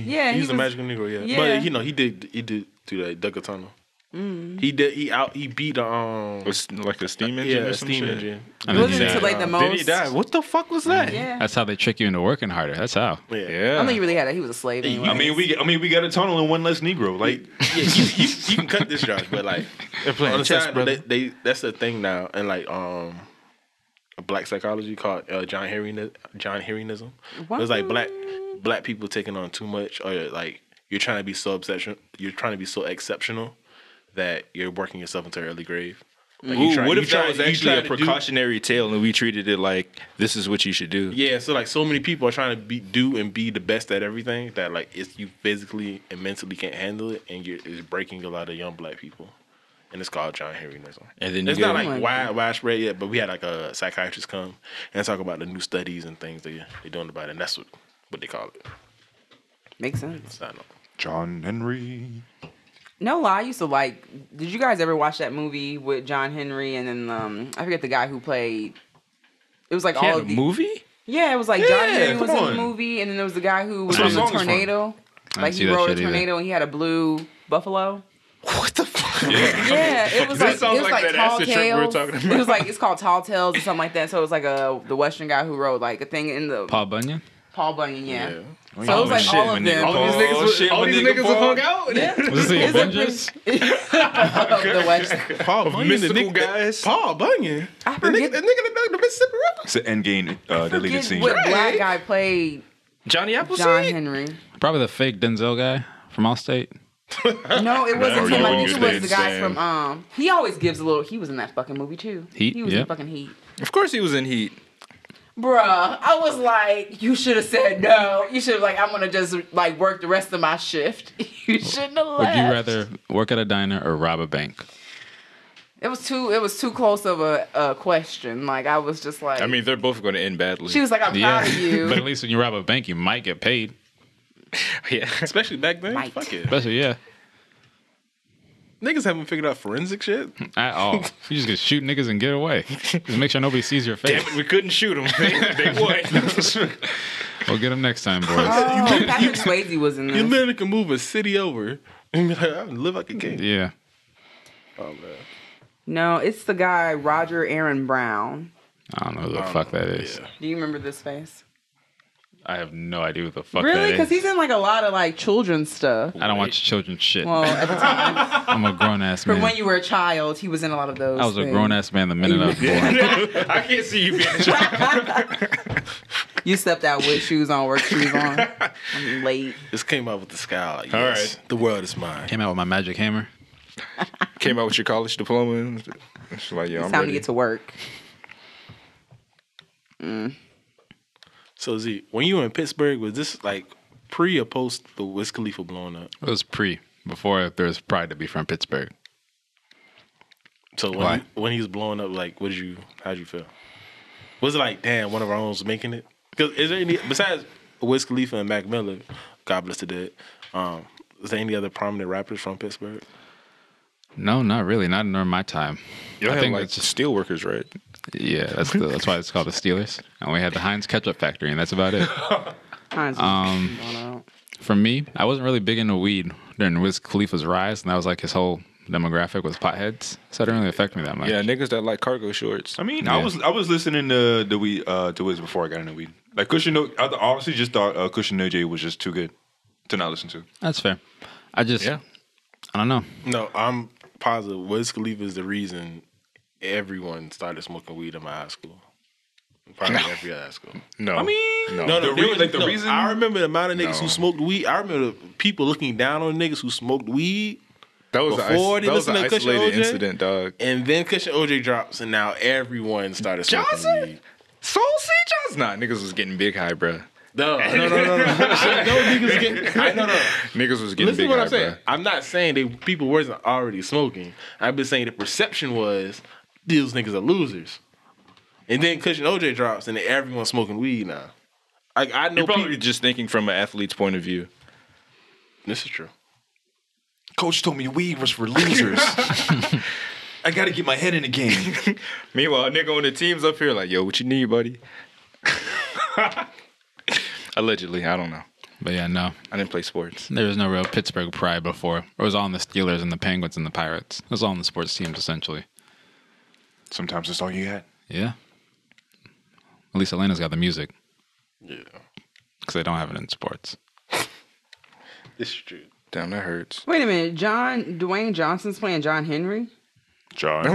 Yeah, he he's was, a magical Negro. Yeah. Yeah. Mm. but you know he did he did do that Duck a tunnel. He did he out he beat a, um Was like a steam engine yeah or a Oh, some steam shit? engine. And It then wasn't you until die. like the most. Then he died. What the fuck was that? Yeah. That's how they trick you into working harder. That's how. Yeah. Yeah. I don't think he really had it. He was a slave. Anyway. I mean, we. I mean, we got a tunnel and one less Negro. Like, Yeah, you, you, you can cut this Josh, but like They're on playing the chess, side, brother. they, they that's the thing now, and like um, a black psychology called uh, John Henry John Henryism. It was like black black people taking on too much, or like you're trying to be so exceptional, you're trying to be so exceptional that you're working yourself into an early grave. Like, you Ooh, try- what you if try- that was you actually try a to do- precautionary tale and we treated it like this is what you should do? yeah, so like so many people are trying to be do and be the best at everything that like it's you physically and mentally can't handle it, and you're it's breaking a lot of young black people, and it's called John Henryism. And then you it's get- not like Like- wide widespread yet, but we had like a psychiatrist come and talk about the new studies and things they they doing about it, and that's what what they call it. makes sense. It's not no. John Henry. No lie, I used to like. Did you guys ever watch that movie with John Henry and then um I forget the guy who played? It was like He all had a of the movie? Yeah, it was like Yeah, Johnny Depp was come in on. the movie, and then there was the guy who was That's on what the the song is from. tornado. didn't Like see he that rode a shit either. tornado and he had a blue buffalo. What the fuck? Yeah, it was like it sounds was like like, that tall acid trip we were tales. talking It was like it's called tall tales or something like that. So it was like a the Western guy who wrote like a thing in the Paul Paul, Bunyan. Bunyan. Yeah. Yeah. So it was like all of them. All these Oh, niggas, shit, all my these nigga niggas Paul. have hung out. Was this the It's a Avengers? of the West. Paul Bunyan, the mystical nigga, guys. Paul Bunyan, I the nigga, forget- the nigga, that- the Mississippi River. It's an end game uh, deleted Forget scene. what Right. black guy played Johnny Appleseed. John Henry. Probably the fake Denzel guy from Allstate. No, it wasn't you him. I won't think it get was the guy insane. from um. He always gives a little. He was in that fucking movie too. Heat, He was yeah. in fucking Heat. Of course he was in heat. Bruh, I was like, you should have said no. You should have like, I'm gonna just like work the rest of my shift. You shouldn't have left. Would you rather work at a diner or rob a bank? It was too. It was too close of a, a question. Like I was just like. I mean, they're both going to end badly. she was like, I'm proud of you. but at least when you rob a bank, you might get paid. yeah. Especially back then, Might. fuck it. Especially, yeah, Niggas haven't figured out forensic shit. at all. You just gonna shoot niggas and get away. Just make sure nobody sees your face. Damn it, we couldn't shoot him. They, they would. We'll get them next time, boys. oh, Patrick Swayze was in You this. literally can move a city over and be like, I live like a king. yeah. Oh man, No, it's the guy Roger Aaron Brown. I don't know who the Um, fuck that is. Do you remember this face? I have no idea who the fuck Really? 'Cause that really? is. Because he's in like a lot of like children's stuff. I don't watch children's shit. Well, at the time, I'm a grown ass for man. when you were a child, he was in a lot of those. I was a things. grown ass man the minute I was born. I can't see you being a child. You stepped out with shoes on, work shoes on. I'm late. this came out with the sky. Like, All yes, right. the world is mine. Came out with my magic hammer. Came out with your college diploma. and It's like, yo, It's I'm time ready. to get to work. So Z, when you were in Pittsburgh, was this like pre or post the Wiz Khalifa blowing up? It was pre, before there was pride to be from Pittsburgh. So when Why? he, when he was blowing up, like, what did you? How'd you feel? Was it like, damn, one of our own's making it? Because is there any besides Wiz Khalifa and Mac Miller, God bless the dead? Um, is there any other prominent rappers from Pittsburgh? No, not really. Not during my time. Y'all I had think like it's just- steel workers, right? Yeah, that's the, that's why it's called the Steelers. And we had the Heinz Ketchup Factory, and that's about it. Hines was going Um, out. For me, I wasn't really big into weed during Wiz Khalifa's rise, and that was like his whole demographic was potheads. So it didn't really affect me that much. Yeah, niggas that like cargo shorts. I mean, Yeah. I was I was listening to the weed uh, to Wiz before I got into weed. Like Cushion, No- I honestly just thought uh, Cushion No J was just too good to not listen to. That's fair. I just, Yeah. I don't know. No, I'm positive Wiz Khalifa is the reason everyone started smoking weed in my high school. Probably every high school. No. I mean, no. No, The no, rea- there was- like, the no, reason- I remember the amount of niggas who No. smoked weed. I remember people looking down on niggas who smoked weed, that was, a, before that they was listen an to Cushion isolated OJ? incident, dog. and then Cushion OJ drops, and now everyone started smoking Johnson? weed. Soul C Johnson. Nah, niggas was getting big high, bruh. No, no, no, no, no. I know niggas get. I know. No. Niggas was getting Listen big to what high, I'm saying. bruh. I'm not saying they people wasn't already smoking. I've been saying the perception was these niggas are losers. And then Cushion OJ drops, and everyone's smoking weed now. Like I know You're probably people. just thinking from an athlete's point of view. This is true. Coach told me weed was for losers. I got to get my head in the game. Meanwhile, a nigga on the team's up here like, yo, what you need, buddy? Allegedly, I don't know. But yeah, no. I didn't play sports. There was no real Pittsburgh pride before. It was all in the Steelers and the Penguins and the Pirates. It was all in the sports teams, essentially. Sometimes that's all you had. Yeah. At least Atlanta's got the music Yeah, because they don't have it in sports. this is true. Damn, that hurts. Wait a minute, John Dwayne Johnson's playing John Henry John Oh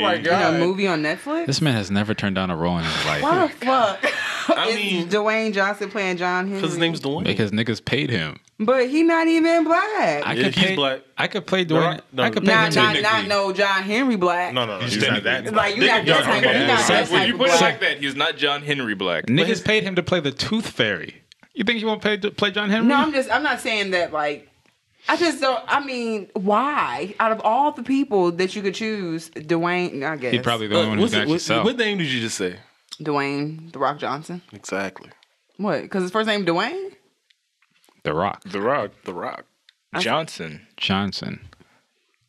my in a god. movie on Netflix. This man has never turned down a role in his life Why the fuck? I is mean- Dwayne Johnson playing John Henry? Because his name's Dwayne. because niggas paid him. but he not even black. I Yeah, could he's pay, black. I could play No, Dwayne. no, I could pay Not, him. not, not no John Henry black. No, no, no. He's he's not not that. Like you not that type. of- You not that When type you of put it black. like that, he's not John Henry Black. Niggas paid him to play the Tooth Fairy. You think he won't pay to play John Henry? No, I'm just I'm not saying that like I just don't I mean, why? Out of all the people that you could choose, Dwayne I guess He's probably the Look, only one Uh, who what's can it- actually what, sell. what name did you just say? Dwayne The Rock Johnson. Exactly. What? Because his first name Dwayne? the Rock The Rock. The Rock. Johnson. Johnson.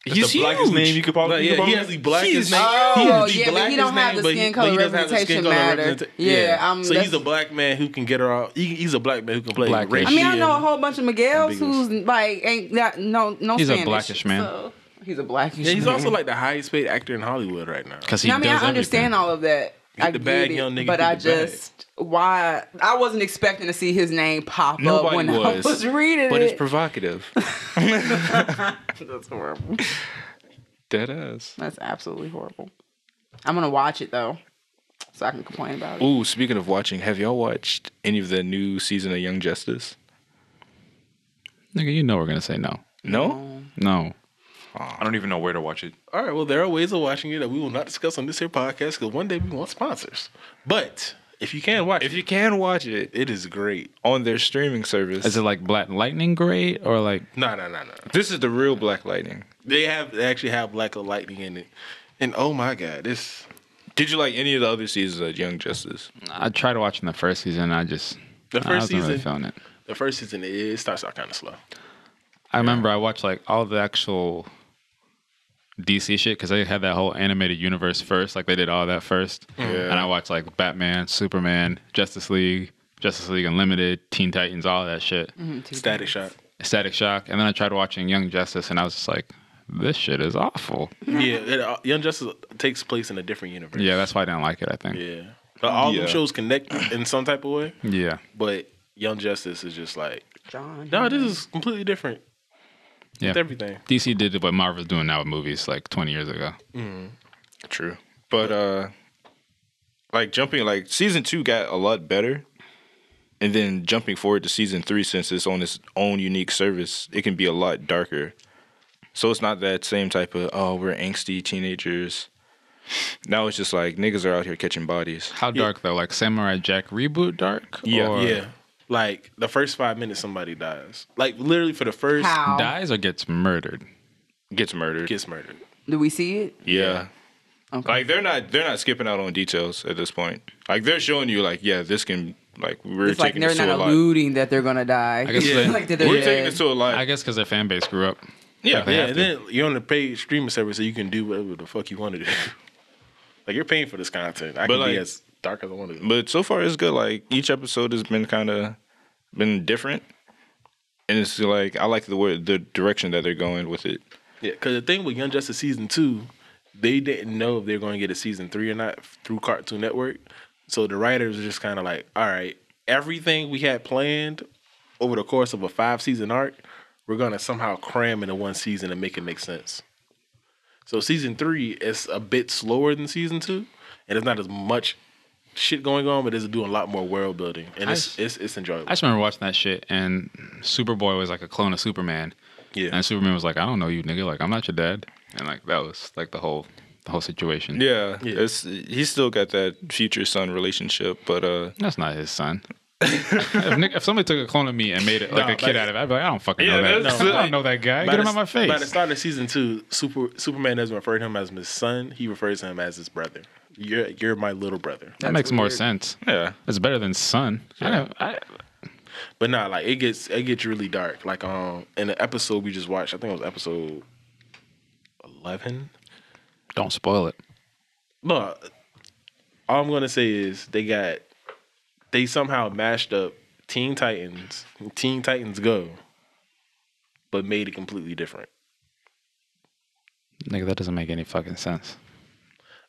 It's He's the blackest huge. name you could probably. Like, you could yeah, he probably- has the blackest He's- name. Oh, he has the yeah, but he blackest don't have the but he- skin but he color doesn't have the skin representation color matter. representa- Yeah, um, so that's- he's a black man who can get her out. He, he's a black man who can play. Black race. I mean, I know a and- whole bunch of Miguel's Biggest. who's like ain't that no no He's Spanish. a blackish man So He's a blackish. Yeah, he's man. also like the highest paid actor in Hollywood right now. because he Now, I mean, does I understand all of that. Get I the get bag, it, young nigga, but get I the bag. just why I wasn't expecting to see his name pop up Nobody when was, I was reading But it's it. provocative. That's horrible. Dead ass. That's absolutely horrible. I'm gonna watch it though, so I can complain about it. Ooh, speaking of watching, have y'all watched any of the new season of Young Justice? Nigga, you know we're gonna say no. No? No. I don't even know where to watch it. All right, well, there are ways of watching it that we will not discuss on this here podcast because one day we want sponsors. But if you can watch If it, you can watch it it is great. on their streaming service, Is it like Black Lightning great or like No, no, no, no. this is the real Black Lightning. They have they actually have Black Lightning in it, and oh my god, this Did you like any of the other seasons of Young Justice? I tried watching the first season and I just The I first wasn't really season. feeling it. the first season it starts out kind of slow. I remember I watched like all the actual DC shit because they had that whole animated universe first. Like they did all that first, and I watched like Batman, Superman, Justice League, Justice League Unlimited, Teen Titans, all that shit, Mm-hmm. Static Shock. Static Shock, and then I tried watching Young Justice, and I was just like, this shit is awful. Yeah, it, uh, Young Justice takes place in a different universe. Yeah, that's why I didn't like it. I think. yeah. But all Yeah. them shows connect in some type of way, Yeah, but Young Justice is just like, John, no, this is completely different. yeah. With everything. DC did what Marvel's doing now with movies like 20 years ago. True. But uh like jumping like season two got a lot better. And then jumping forward to season three, since it's on its own unique service, it can be a lot darker. So it's not that same type of oh, we're angsty teenagers. Now it's just like niggas are out here catching bodies. How dark though? Like Samurai Jack reboot dark? Yeah. Or Yeah. Like the first five minutes, somebody dies. Like literally for the first how Dies or gets murdered. Gets murdered. gets murdered. do we see it? yeah. Okay. Like they're not they're not skipping out on details at this point. Like they're showing you like, yeah, this can like we're it's like taking they're this to a not lot. alluding that they're gonna die. I guess they- like that they're We're taking dead. this to a lot. I guess because their fan base grew up. yeah. They yeah, have and then you're on a paid streaming service, so you can do whatever the fuck you want to do. like you're paying for this content. I But, can like- be as dark as I want to. Be. but so far it's good. Like each episode has been kind of been different, and it's like I like the way the direction that they're going with it. Yeah, because the thing with Young Justice season two, they didn't know if they're going to get a season three or not through Cartoon Network. So the writers were just kind of like, all right, everything we had planned over the course of a five season arc, we're gonna somehow cram into one season and make it make sense. So season three is a bit slower than season two, and it's not as much shit going on, but it's doing a lot more world building, and it's I- it's, it's enjoyable. I just remember watching that shit, and Superboy was like a clone of Superman, yeah, and Superman was like, "I don't know you, nigga. Like, I'm not your dad." And like that was like the whole the whole situation. Yeah, Yeah. it's he's still got that future son relationship, but uh, that's not his son. if, nigga, if somebody took a clone of me and made it like Nah, a kid but- out of it, I'd be like, "I don't fucking Yeah, know that. that's- I don't know that guy. By Get the- him out my face." By the start of season two, Super Superman doesn't refer to him as his son. He refers to him as his brother. You're you're my little brother. that makes more weird. sense. yeah, It's better than son. I don't, I, But nah, like it gets it gets really dark. Like um in the episode we just watched, I think it was episode eleven. don't spoil it. No, all I'm gonna say is they got they somehow mashed up Teen Titans, and Teen Titans Go, but made it completely different. Nigga, that doesn't make any fucking sense.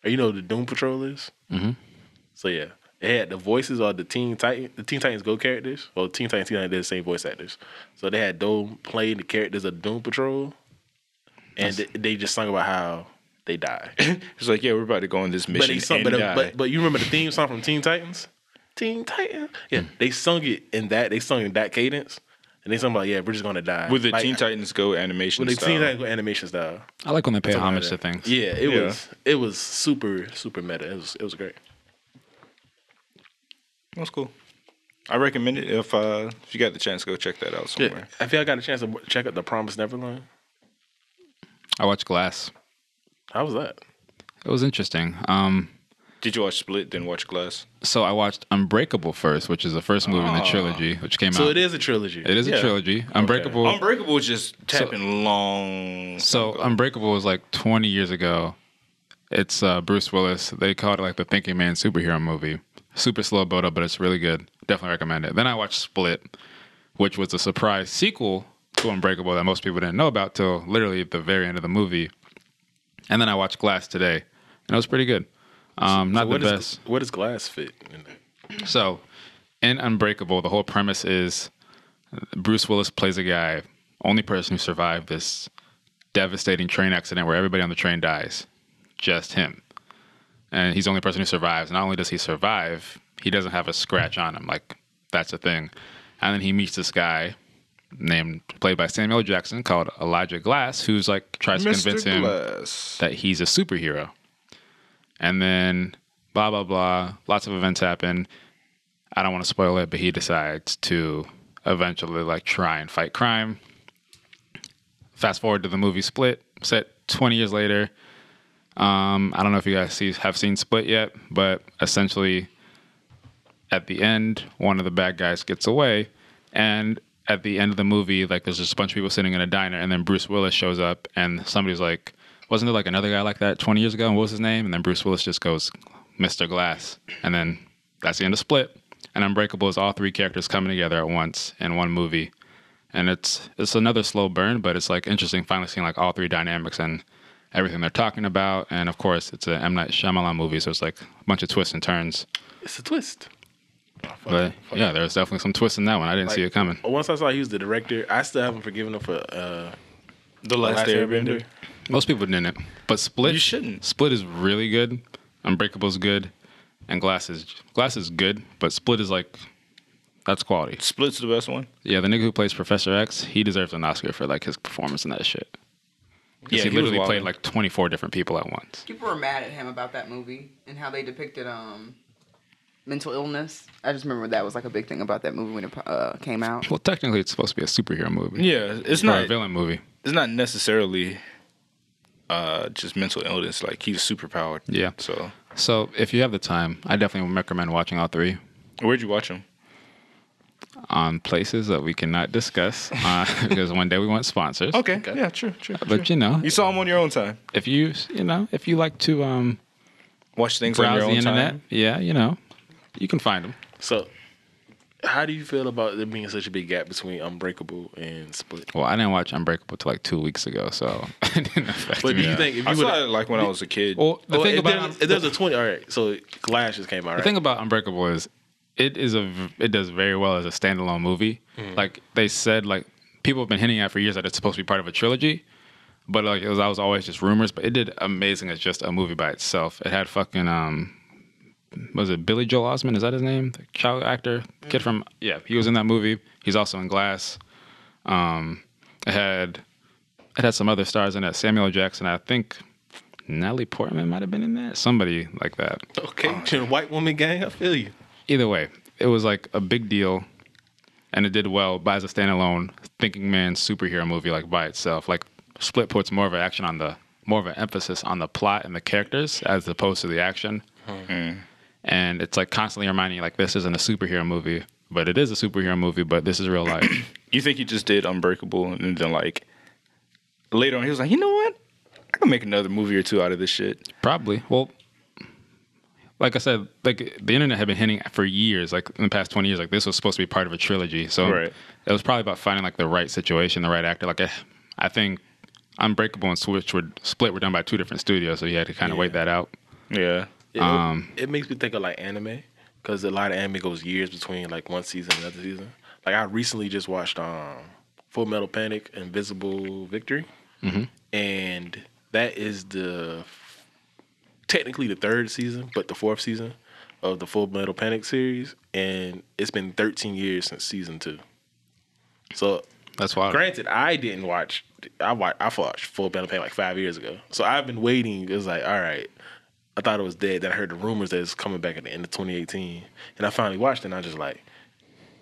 Or you know who the Doom Patrol is? Mm-hmm. Mhm. So yeah, they had the voices of the Teen Titan, the Teen Titans Go characters. Well, Teen Titans, Teen Titans, they're the same voice actors. So they had Doom playing the characters of Doom Patrol, and they, they just sung about how they died. it's like yeah, we're about to go on this but mission they sung, and but, die. but but you remember the theme song from Teen Titans? Teen Hmm. Titan. Yeah, they sung it in that. They sung it in that cadence, and they sung about yeah, we're just gonna die with the Like, Teen Titans Go animation With the style. Teen Titans Go animation style. I like when they pay Something homage like to that. things. Yeah, it Yeah. was it was super super meta. It was it was great. That's cool. I recommend it if uh if you got the chance, go check that out Yeah, somewhere. I feel I got a chance to check out the Promised Neverland. I watched Glass. How was that? It was interesting. Um, Did you watch Split then watch Glass? So I watched Unbreakable first, which is the first movie in the trilogy, which came Ah. So out. it is a trilogy. It is Yeah. a trilogy. Unbreakable. Unbreakable was just tapping long. So Unbreakable was like 20 years ago. It's uh, Bruce Willis. They called it like the Thinking Man superhero movie. Super slow build up, but it's really good. Definitely recommend it. Then I watched Split, which was a surprise sequel to Unbreakable that most people didn't know about till literally at the very end of the movie. And then I watched Glass today, and it was pretty good. Um, not What the is- best. Where does glass fit? in that? So, in Unbreakable, the whole premise is Bruce Willis plays a guy, only person who survived this devastating train accident where everybody on the train dies, just him. And he's the only person who survives. Not only does he survive, he doesn't have a scratch on him. Like, that's a thing. And then he meets this guy named, played by Samuel Jackson, called Elijah Glass, who's like, tries to convince him Glass. that he's a superhero. And then blah blah blah, lots of events happen. I don't want to spoil it, but he decides to eventually like try and fight crime. Fast forward to the movie Split, set 20 years later. Um, I don't know if you guys see, have seen Split yet, but essentially at the end, one of the bad guys gets away. And at the end of the movie, like there's just a bunch of people sitting in a diner, and then Bruce Willis shows up, and somebody's like, "Wasn't there like another guy like that 20 years ago? And what was his name?" And then Bruce Willis just goes, "Mr. Glass," and then that's the end of Split. And Unbreakable is all three characters coming together at once in one movie, and it's it's another slow burn, but it's like interesting finally seeing like all three dynamics and everything they're talking about. And of course, it's an M Night Shyamalan movie, so it's like a bunch of twists and turns. It's a twist. But yeah, there's definitely some twists in that one. I didn't see it coming. Oh, Once I saw he was the director, I still haven't forgiven him for uh, The Last, Airbender. Most people didn't. But Split, You shouldn't. Split is really good. Unbreakable's good, and Glass is Glass is good. But Split is like, that's quality. Split's the best one. Yeah, the nigga who plays Professor X, he deserves an Oscar for like his performance in that shit. 'Cause Yeah, he he, was literally wildin'. played like 24 different people at once. People were mad at him about that movie and how they depicted um mental illness. I just remember that was like a big thing about that movie when it uh, came out. Well, technically, it's supposed to be a superhero movie. Yeah, it's Or not. a villain movie. It's not necessarily uh, just mental illness. Like he's superpowered. Yeah. So So if you have the time, I definitely recommend watching all three where'd you watch him? on places that we cannot discuss uh, because one day we want sponsors. Okay. Yeah. True. True. true. But you know, You saw him on your own time. if you you know if you like to um Watch things on browse your the own internet time. yeah you know you can find them so. How do you feel about there being such a big gap between Unbreakable and Split? well i didn't watch unbreakable till like two weeks ago so it didn't affect But do me you think if I you saw would, it like when I was a kid. well the well, thing if about there's, Un- if there's a twenty, all right. So Glass just came out. the Right? thing about unbreakable is it is a v- it does very well as a standalone movie like they said like people have been hinting at for years that it's supposed to be part of a trilogy but like it was, that was always just rumors but it did amazing as just a movie by itself it had fucking um was it Billy Joel Osment? Is that his name? The child actor, kid from yeah, he was in that movie. He's also in Glass. Um, it had it had some other stars in it. Samuel L. Jackson, I think. Natalie Portman might have been in that. Somebody like that. okay, white woman gang. I feel you. Either way, it was like a big deal, and it did well by as a standalone thinking man superhero movie like by itself. Like Split puts more of an action on the more of an emphasis on the plot and the characters as opposed to the action and it's like constantly reminding you like this isn't a superhero movie but it is a superhero movie but this is real life You think he just did Unbreakable and then like later on he was like, you know what? I can make another movie or two out of this shit. probably well like i said like the internet had been hinting for years like in the past 20 years like this was supposed to be part of a trilogy so Right. it was probably about finding like the right situation the right actor like eh, i think unbreakable and switch were split were done by two different studios so you had to kind of wait that out Yeah. It, it makes me think of like anime because a lot of anime goes years between like one season and another season. Like I recently just watched um Full Metal Panic: Invisible Victory, and that is the technically the third season, but the fourth season of the Full Metal Panic series, and it's been 13 years since season two. So that's why Granted, I didn't watch. I watched. I watched Full Metal Panic like five years ago. So I've been waiting. It was like, all right. I thought it was dead. Then I heard the rumors that it's coming back at the end of 2018, and I finally watched it. and I just like,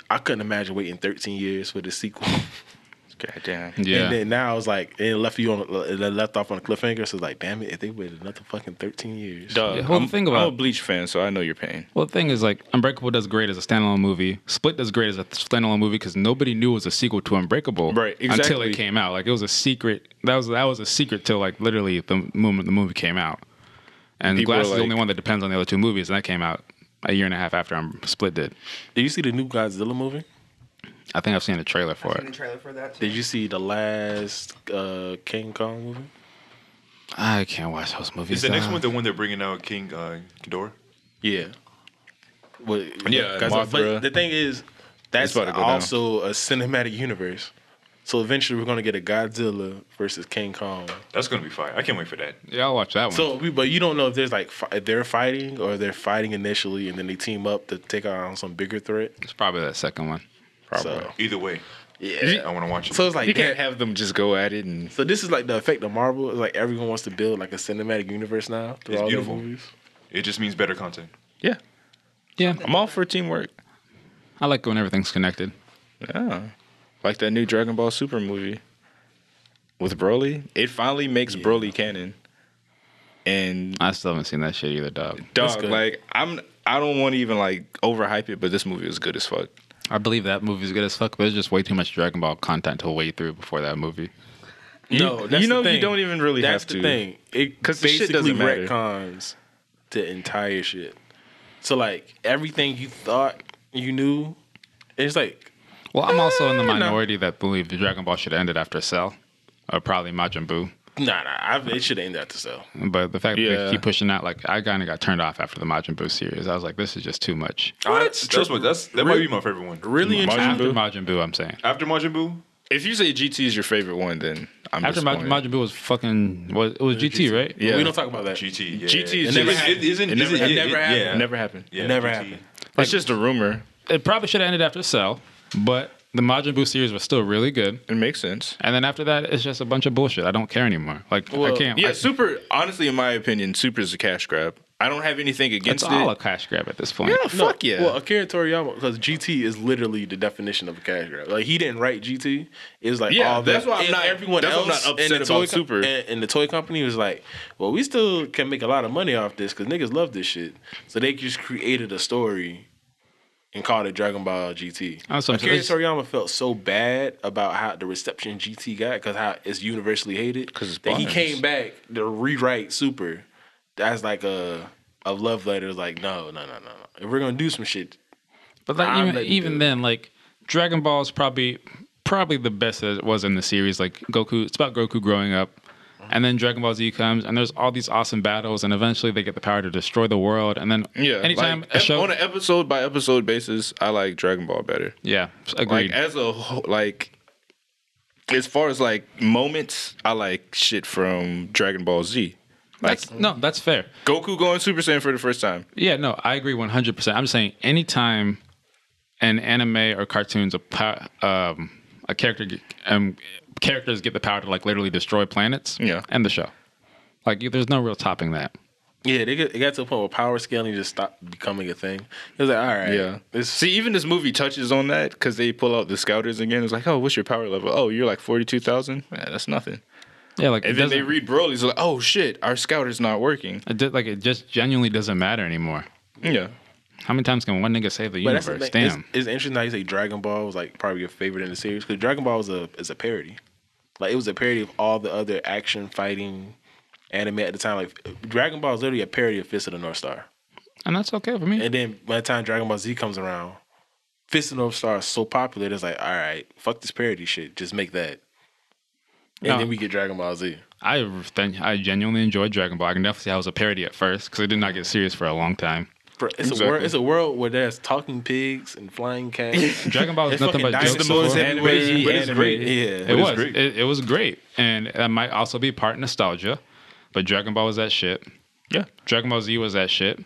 I couldn't imagine waiting 13 years for the sequel. God damn. Yeah. And then now it's like it left you on it left off on a cliffhanger. So it's like, damn it, if they waited another fucking thirteen years. Duh. Yeah, whole I'm, thing I'm a about- Bleach fan, so I know your pain. Well, the thing is, like, Unbreakable does great as a standalone movie. Split does great as a standalone movie because nobody knew it was a sequel to Unbreakable, Right, Until exactly. it came out, like, it was a secret. That was that was a secret till like literally the moment the movie came out. And People Glass are is the only like- one that depends on the other two movies, and that came out a year and a half after um, Split did. Did you see the new Godzilla movie? I think I've seen a trailer for I've seen the it. trailer for that. Too. Did you see the last uh, King Kong movie? I can't watch those movies. Is the next dog. one the one they're bringing out King uh, Ghidorah? Yeah. Well, Yeah, Godzilla- Mothra. But the thing is, It's that's about to go also a cinematic universe. So eventually, we're gonna get a Godzilla versus King Kong. That's gonna be fire. I can't wait for that. Yeah, I'll watch that one. So, we- but you don't know if there's like fi- if they're fighting or they're fighting initially, and then they team up to take on some bigger threat. it's probably that second one. So, Either way, yeah. I want to watch it. So it's like You can't that- have them just go at it and So this is like the effect of Marvel. It's like everyone wants to build like a cinematic universe now through It's all beautiful. the movies. it just means better content. yeah. Yeah, I'm all for teamwork. I like when everything's connected. Yeah. Like that new Dragon Ball Super movie with Broly. It finally makes Broly canon. And I still haven't seen that shit either, dog. dog, good. like I'm I don't want to even like overhype it, but this movie is good as fuck. I believe that movie's good as fuck, but there's just way too much Dragon Ball content to wade through before that movie. No, that's you know the you thing. don't even really That's have the to. thing. It 'Cause the shit basically doesn't matter. retcons the entire shit. So like everything you thought you knew, it's like Well, I'm also in the minority that believe the Dragon Ball should have ended after Cell, or probably Majin Buu. nah, nah. I've, it should end at the cell. But the fact that Yeah. they keep pushing out, like I kind of got turned off after the Majin Buu series. I was like, this is just too much. That's, that's what. That's that might be my favorite one. Really Majin intriguing. after Buu? Majin Buu, I'm saying. After Majin Buu, If you say GT is your favorite one, then I'm After Majin, disappointed. Majin Buu was fucking was it was GT, right? Yeah. We don't talk about that. GT. Yeah. GT is It just- never it happened. Isn't, never isn't, happened. yeah, Never yeah, happened. yeah. It never happened. Yeah, Never GT. happened. it's just a rumor. It probably should have ended after Cell, but the Majin Buu series was still really good. It makes sense. And then after that, it's just a bunch of bullshit. I don't care anymore. Like I can't. Yeah, I- Super. Honestly, in my opinion, Super is a cash grab. I don't have anything it's against it. all a cash grab at this point. yeah, fuck yeah. Well, Akira Toriyama, because GT is literally the definition of a cash grab. Like he didn't write GT. It was like Yeah, all that's that. why I'm and not- Everyone that's why else I'm not in the upset toy about Super. And, and the toy company was like, well, we still can make a lot of money off this because niggas love this shit. So they just created a story and called it Dragon Ball GT. That's what I'm Akira saying. Toriyama felt so bad about how the reception GT got because how it's universally hated. 'Cause it's that he bombs. came back to rewrite Super. That's like a a love letter. It's Like no, no, no, no, no. If we're gonna do some shit, But like I'm even, letting even go. then, like Dragon Ball is probably probably the best that it was in the series. Like Goku, it's about Goku growing up, and then Dragon Ball Z comes, and there's all these awesome battles, and eventually they get the power to destroy the world, and then Yeah, anytime like, a ep- show, on an episode by episode basis, I like Dragon Ball better. yeah, Like agreed. as a whole, like as far as like moments, I like shit from Dragon Ball Z. Like that's, no, that's fair. Goku going Super Saiyan for the first time. Yeah, no, I agree 100%. I'm just saying anytime an anime or cartoons a pow- um a character g- um characters get the power to like literally destroy planets Yeah. and the show. Like you- there's no real topping that. yeah, they get, it got to a point where power scaling just stopped becoming a thing. It was like all right, Yeah. this See, even this movie touches on that because they pull out the scouters again. It's like, oh, what's your power level? Oh, you're like forty two thousand. That's nothing. Yeah, like it And then they doesn't- read Broly's like, oh shit, our scouter's not working. It did, like it just genuinely doesn't matter anymore. Yeah. How many times can one nigga save the But that's the universe? thing. Damn. It's, it's interesting how you say Dragon Ball was like probably your favorite in the series because Dragon Ball is a is a parody. Like it was a parody of all the other action fighting anime at the time. Like Dragon Ball is literally a parody of Fist of the North Star. And that's okay for me. And then by the time Dragon Ball Z comes around, Fist of the North Star is so popular. It's like all right, fuck this parody shit. Just make that. And No. then we get Dragon Ball Z. I then I genuinely enjoyed Dragon Ball. I can definitely see how it was a parody at first because it did not get serious for a long time. Bro, it's a world. It's a world where there's talking pigs and flying cats. Dragon Ball is and nothing fucking but jokes. dinosaurs before. everywhere. Anime, But it's anime. great. It Yeah, was. It, it was great, and that might also be part nostalgia. But Dragon Ball was that shit. Yeah. Dragon Ball Z was that shit.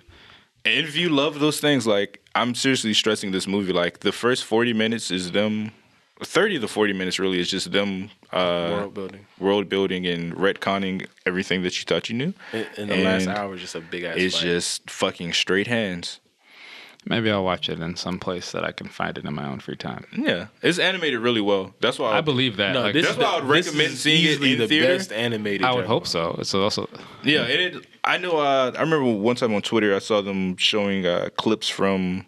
And if you love those things, like I'm seriously stressing this movie, like the first 40 minutes is them, 30 to 40 minutes really is just them uh, world building. world building and retconning everything that you thought you knew. In in the last And hour, just a big ass. It's fight. just fucking straight hands. Maybe I'll watch it in some place that I can find it in my own free time. Yeah, it's animated really well. That's why I believe that. No, like, this that's is why the- I would this recommend is seeing it easily in the theater. best animated. I would Dragon hope Ball. so. It's also Yeah, it, is- I know. Uh, I remember one time on Twitter, I saw them showing uh, clips from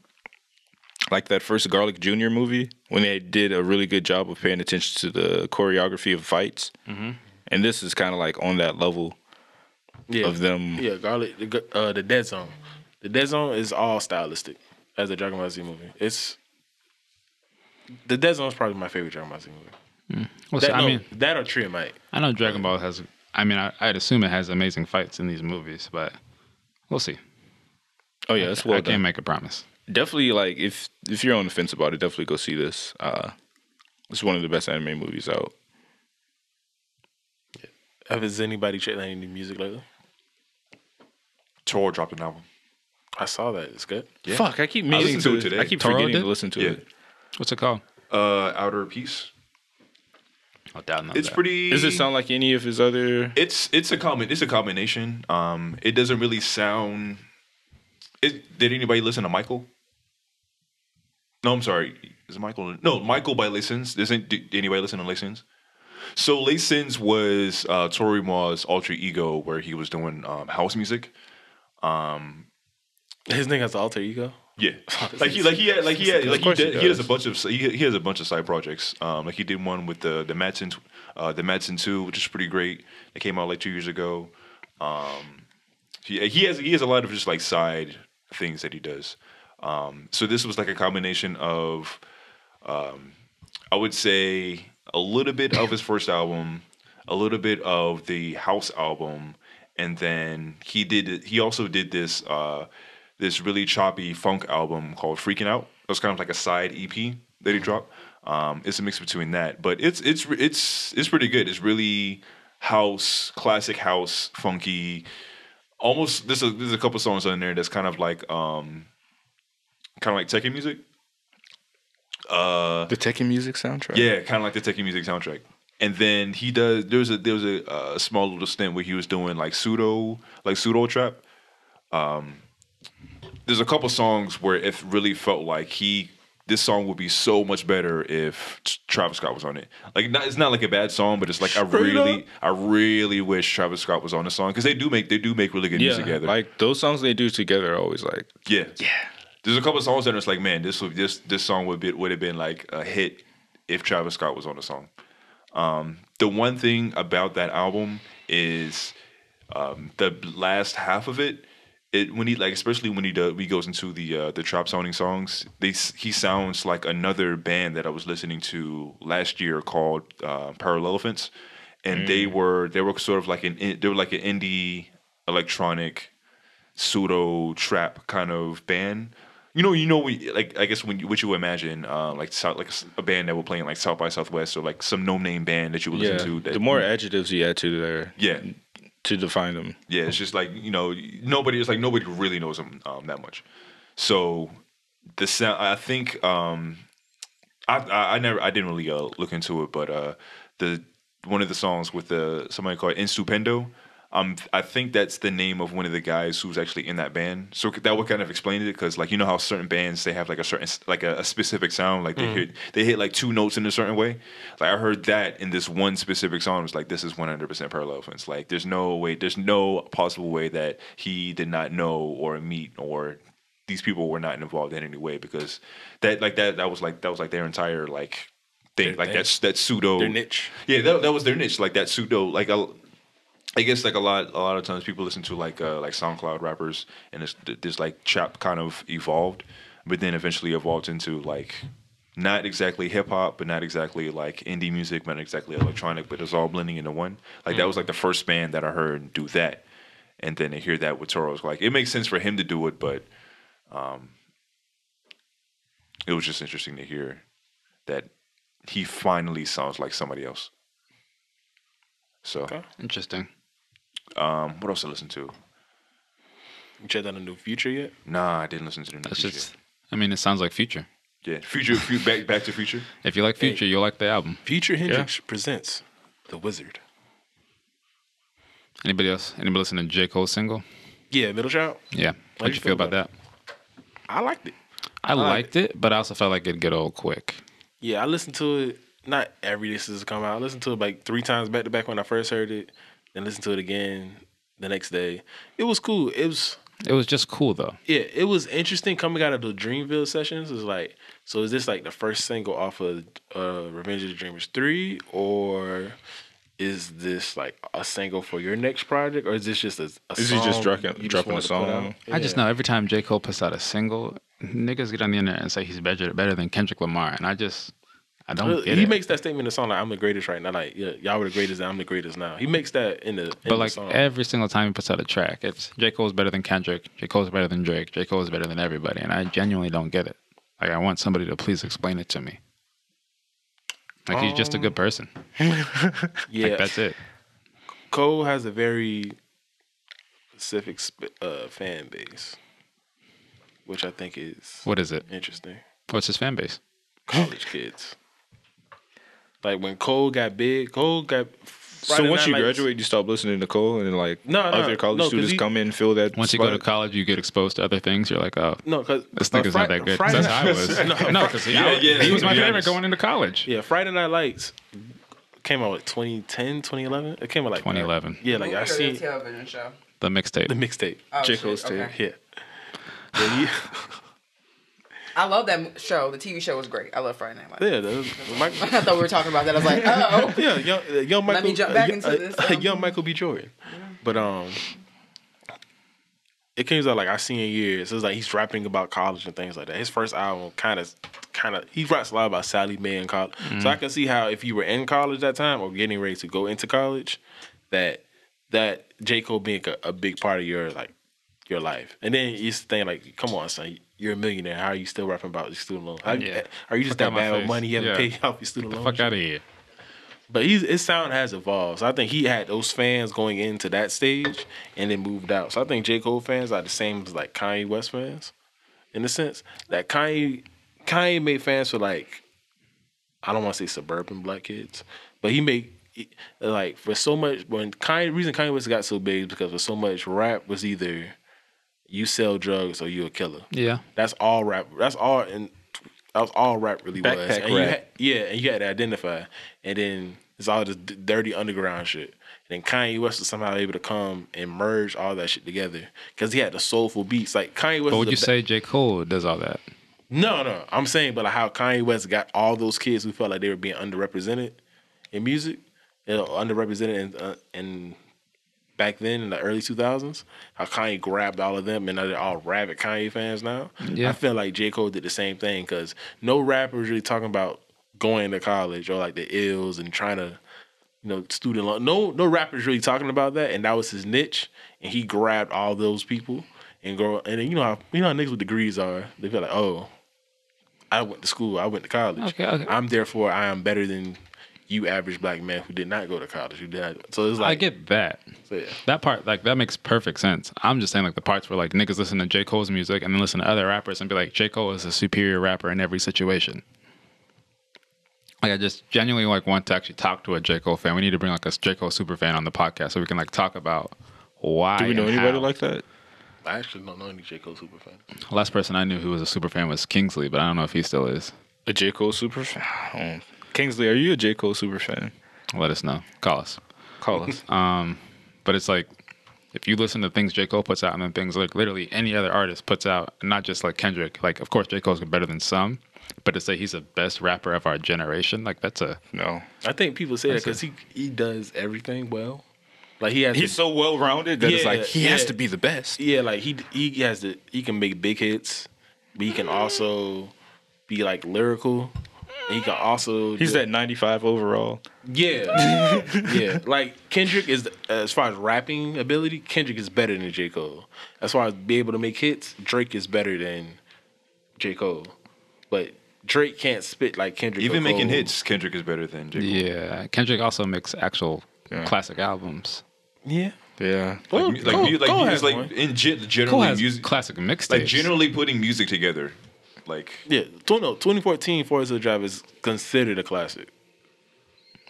like that first Garlic Junior movie when they did a really good job of paying attention to the choreography of fights. And this is kind of like on that level Yeah. of them. Yeah, garlic. The, gu- uh, the Dead Zone. The Dead Zone is all stylistic as a Dragon Ball Z movie. It's the Dead Zone is probably my favorite Dragon Ball Z movie. Well, That, see, I no, mean, that or Tree of Might. I know Dragon Ball has. I mean, I, I'd assume it has amazing fights in these movies, but we'll see. Oh yeah, it's I well can't done. make a promise. Definitely, like if if you're on the fence about it, definitely go see this. Uh, it's one of the best anime movies out. Has anybody checked out any music lately? Tor dropped an album. I saw that. It's good. Fuck, I keep listened meaning to to, it today. I keep Toro forgetting did? to listen to Yeah. it. What's it called? Uh, Outer Peace. I'll download It's that. pretty. Does it sound like any of his other? It's it's a common it's a combination. Um, it doesn't really sound. It, did anybody listen to Michael? No, I'm sorry. Is it Michael? No, Michael by Listens. Doesn't did anybody listen to Listens? So Listens was uh, Tori Maw's alter ego, where he was doing um, house music. His nigga has an alter ego. Yeah, like he like he had like he had like he, course he did, he, has a bunch of he, he has a bunch of side projects. Um, like he did one with the the Madsen tw- uh, the Madsen two, which is pretty great. It came out like two years ago. Um, he he has he has a lot of just like side things that he does. Um, so this was like a combination of, um, I would say a little bit of his first album, a little bit of the house album, and then he did he also did this uh, this really choppy funk album called Freaking Out. It was kind of like a side EP that he dropped. Um, it's a mix between that, but it's it's it's it's pretty good. It's really house, classic house, funky almost there's a there's a couple songs on there that's kind of like um kind of like techie music. Uh The Tekken music soundtrack. yeah, kind of like the techie music soundtrack. And then he does there was a there was a uh, small little stint where he was doing like pseudo like pseudo trap. Um there's a couple songs where it really felt like he this song would be so much better if Travis Scott was on it. Like not, it's not like a bad song, but it's like I really I really wish Travis Scott was on the song cuz they do make they do make really good yeah. music together. Like those songs they do together are always like Yeah, yeah. There's a couple songs that it's like, man, this would this this song would be would have been like a hit if Travis Scott was on the song. Um, the one thing about that album is um, the last half of it. It when he like especially when he does he goes into the uh, the trap sounding songs. They s- he sounds like another band that I was listening to last year called uh, Parallelephants, and they Mm. were they were sort of like an in- they were like an indie electronic pseudo trap kind of band. You know, you know, we like I guess when you, what you imagine, uh, like South, like s- a band that would play in like South by Southwest or like some no name band that you would yeah. listen to. That, the more adjectives you add to their yeah, to define them. yeah, it's just like you know, nobody. It's like nobody really knows him um, that much. So the sound, I think, um, I, I I never, I didn't really uh, look into it, but uh, the one of the songs with the somebody called Instupendo. Um, I think that's the name of one of the guys who's actually in that band. So that would kind of explain it because, like, you know how certain bands they have like a certain like a, a specific sound, like they hit they hit like two notes in a certain way. Like I heard that in this one specific song, it was like this is one hundred percent parallel offense. Like there's no way, there's no possible way that he did not know or meet or these people were not involved in any way because that like that that was like that was like their entire like thing, Their like thing. that's that pseudo Their niche. yeah, that, that was their niche. Like that pseudo, like I, I guess like a lot, a lot of times people listen to like uh, like SoundCloud rappers, and it's th- this like trap kind of evolved, but then eventually evolved into like not exactly hip hop, but not exactly like indie music, not exactly electronic, but it's all blending into one. Like that was like the first band that I heard do that, and then to hear that with Toro's like it makes sense for him to do it, but um, it was just interesting to hear that he finally sounds like somebody else. So, Interesting. um, what else I listen to? You checked out a new Future yet? Nah, I didn't listen to the new That's Future. just. I mean, it sounds like Future. yeah, Future, fu- back, back to Future. If you like Future, you'll like the album. Future Hendrix presents The Wizard. Anybody else? Anybody listen to J Cole's single? Yeah, Middle Child. Yeah. How'd you feel about that? I liked it. I liked it, but I also felt like it'd get old quick. Yeah, I listened to it not every day since it come out. I listened to it like three times back to back when I first heard it, then listened to it again the next day. It was cool. It was It was just cool though. yeah, it was interesting coming out of the Dreamville sessions. Is like, so is this like the first single off of uh, Revenge of the Dreamers three, or is this like a single for your next project, or is this just a, a Is he song just dropping- you dropping a wanted to put song? out? I just Yeah. know every time J. Cole puts out a single, niggas get on the internet and say he's better better than Kendrick Lamar. And I just I don't Really, get he it. makes that statement in the song like I'm the greatest right now. Like yeah, y'all were the greatest, and I'm the greatest now. He makes that in the in but the like song. every single time he puts out a track, it's J. Cole's better than Kendrick, J. Cole's better than Drake, J. Cole's better than everybody, and I genuinely don't get it. Like I want somebody to please explain it to me. Like he's just a good person. yeah, Like that's it. Cole has a very specific sp- uh, fan base, which I think is What is it? interesting. What's his fan base? College kids. Like when Cole got big, Cole got. so once you graduate, you stop listening to Cole, and then like No, no, other college no, 'cause students he- come in, fill that. Once you spot. go to college, you get exposed to other things. You're like, oh, no, because this nigga's not that good. 'Cause That's how I was. no, because he, Yeah, yeah, he was to my be favorite honest. going into college. Yeah, Friday Night Lights came out like 2010, 2011. It came out like 2011. Yeah, like I seen television show. The the mixtape. mixtape. Oh, J. shit, Cole's tape. okay. Yeah. Yeah, you- I love that show. The TV show was great. I love Friday Night Lights. yeah, that was- Mike- I thought we were talking about that. I was like, oh. yeah, young, uh, young Michael. Let me jump back uh, into uh, this, uh, um, young Michael B. Jordan, but um, it came out like I seen in years. It was like he's rapping about college and things like that. His first album kind of, kind of, he raps a lot about Sally Mae in college. So Mm-hmm. I can see how if you were in college that time or getting ready to go into college, that that J Cole being a, a big part of your like your life. And then it's the thing like, come on, son. You're a millionaire. How are you still rapping about your student loan? How, Yeah. Are you just Fuck that out my bad with face. money? You haven't Yeah. paid off your student loan. Fuck out of here. But he's, his sound has evolved. So I think he had those fans going into that stage and then moved out. So I think J. Cole fans are the same as like Kanye West fans in the sense that Kanye Kanye made fans for like I don't want to say suburban black kids, but he made he- like for so much when Kanye reason Kanye West got so big is because for so much rap was either you sell drugs or you a killer. Yeah. That's all rap. That's all and that was all rap really was. Backpack And you rap. had- yeah, and you had to identify. And then it's all this d- dirty underground shit. And then Kanye West was somehow able to come and merge all that shit together because he had the soulful beats. Like Kanye West. But is would the you be- say J. Cole does all that? No, no. I'm saying, but like how Kanye West got all those kids who felt like they were being underrepresented in music, you know, underrepresented in, uh, in back then in the early 2000s. How Kanye grabbed all of them, and now they're all rabid Kanye fans now. Yeah. I feel like J Cole did the same thing because no rapper was really talking about going to college or like the ills and trying to. You know, student loan. No, no rappers really talking about that, and that was his niche. And he grabbed all those people and grow. And then, you know how you know how niggas with degrees are. They feel like, oh, I went to school. I went to college. Okay, okay. I'm therefore I am better than you average black man who did not go to college. Who did not- so it's like I get that. so yeah. That part, like, that makes perfect sense. I'm just saying, like, the parts where, like, niggas listen to J. Cole's music and then listen to other rappers and be like, J. Cole is a superior rapper in every situation. Like, I just genuinely, like, want to actually talk to a J. Cole fan. We need to bring, like, a J. Cole super fan on the podcast so we can, like, talk about why. Do we know and anybody how. like that? I actually don't know any J Cole super fan. The last person I knew who was a super fan was Kingsley, but I don't know if he still is. A J Cole super fan. I don't- Um, Kingsley, are you a J Cole super fan? Let us know. Call us. Call us. But it's like if you listen to things J. Cole puts out and then things like literally any other artist puts out, and not just like Kendrick, like of course J. Cole's better than some, but to say he's the best rapper of our generation, like that's a no, I think people say that because he he does everything well. Like he has he's the- so well rounded that it's Yeah, like he has yeah. to be the best. yeah, like he he has the he can make big hits, but he can also be like lyrical. And he can also He's do- that 95 overall. Yeah, yeah. Like Kendrick is, as far as rapping ability, Kendrick is better than J Cole. As far as be able to make hits, Drake is better than J Cole. But Drake can't spit like Kendrick. Even or making Cole. hits, Kendrick is better than J. Cole. yeah. Kendrick also makes actual Yeah. classic albums. yeah. Yeah. Like, Cole- mu- like, Cole- mu- like, Cole mu- has like one. in gen- Cole generally has music, classic mixtapes. like generally putting music together, like Yeah, tw- no, 2014 Forest Hill Drive is considered a classic.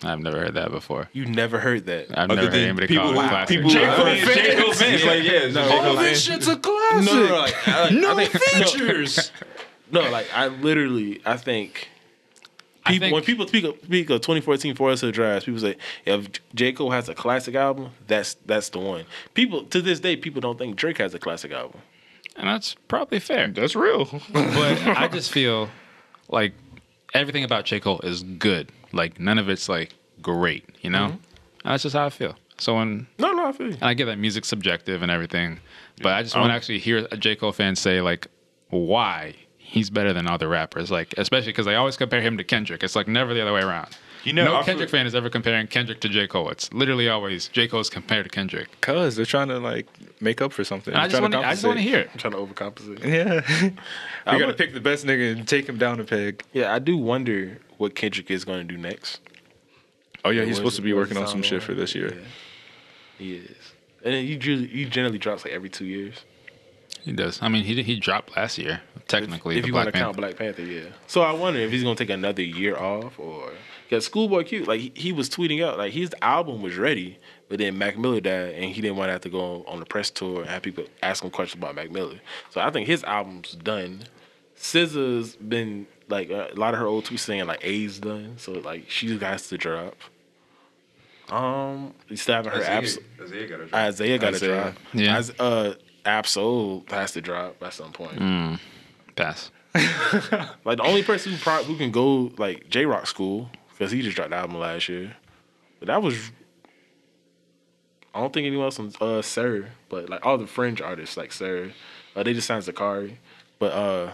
I've never heard that before. You never heard that. I've Other never heard than anybody people call it who- a classic. people who- Jekyll I mean, and Jekyll and Vince, like yeah, it's just- All this shit's a No, classic. no, no, like, I, like, I think, features. no, like I literally, I think. I People, think- when people speak of, speak of 2014 Forest Hill Drives, people say if J Cole has a classic album, that's that's the one. People to this day, people don't think Drake has a classic album. and that's probably fair. That's real. but I just feel like everything about J. Cole is good. Like none of it's like great, you know? Mm-hmm. And that's just how I feel. So when No, no, I feel you. and I get that music's subjective and everything, but I just want to actually hear a J. Cole fan say like why he's better than other rappers. Like especially because they always compare him to Kendrick. It's like never the other way around. You know, no I feel- Kendrick fan is ever comparing Kendrick to J. Cole. It's literally always J. Cole's compared to Kendrick. Cause they're trying to like make up for something. And I They're just trying want to. I just want to compensate. hear it. I'm trying to overcompensate. Yeah, we gotta would- pick the best nigga and take him down a peg. Yeah, I do wonder what Kendrick is going to do next. Oh yeah, What he's is supposed to it- be what working is on it some on? shit for this year. Yeah. He is, and then he usually he generally drops like every two years. He does. I mean, he he dropped last year technically. if the you Black want to Panther. count Black Panther, yeah. So I wonder if he's gonna take another year off or because Schoolboy Q, like he, he was tweeting out like his album was ready, but then Mac Miller died and he didn't want to have to go on the press tour and have people ask him questions about Mac Miller. So I think his album's done. SZA's been like a lot of her old tweets saying like A's done, so like she's got to drop. Um, we still haven't heard abs- Isaiah got a drop. Isaiah got to Isaiah. drop. Yeah. As, uh, Absol has to drop at some point. Pass. Like the only person who pro- who can go like J Rock school because he just dropped the album last year, but that was I don't think anyone else on uh Sir, but like all the fringe artists like Sir, uh, they just signed Zakari, but uh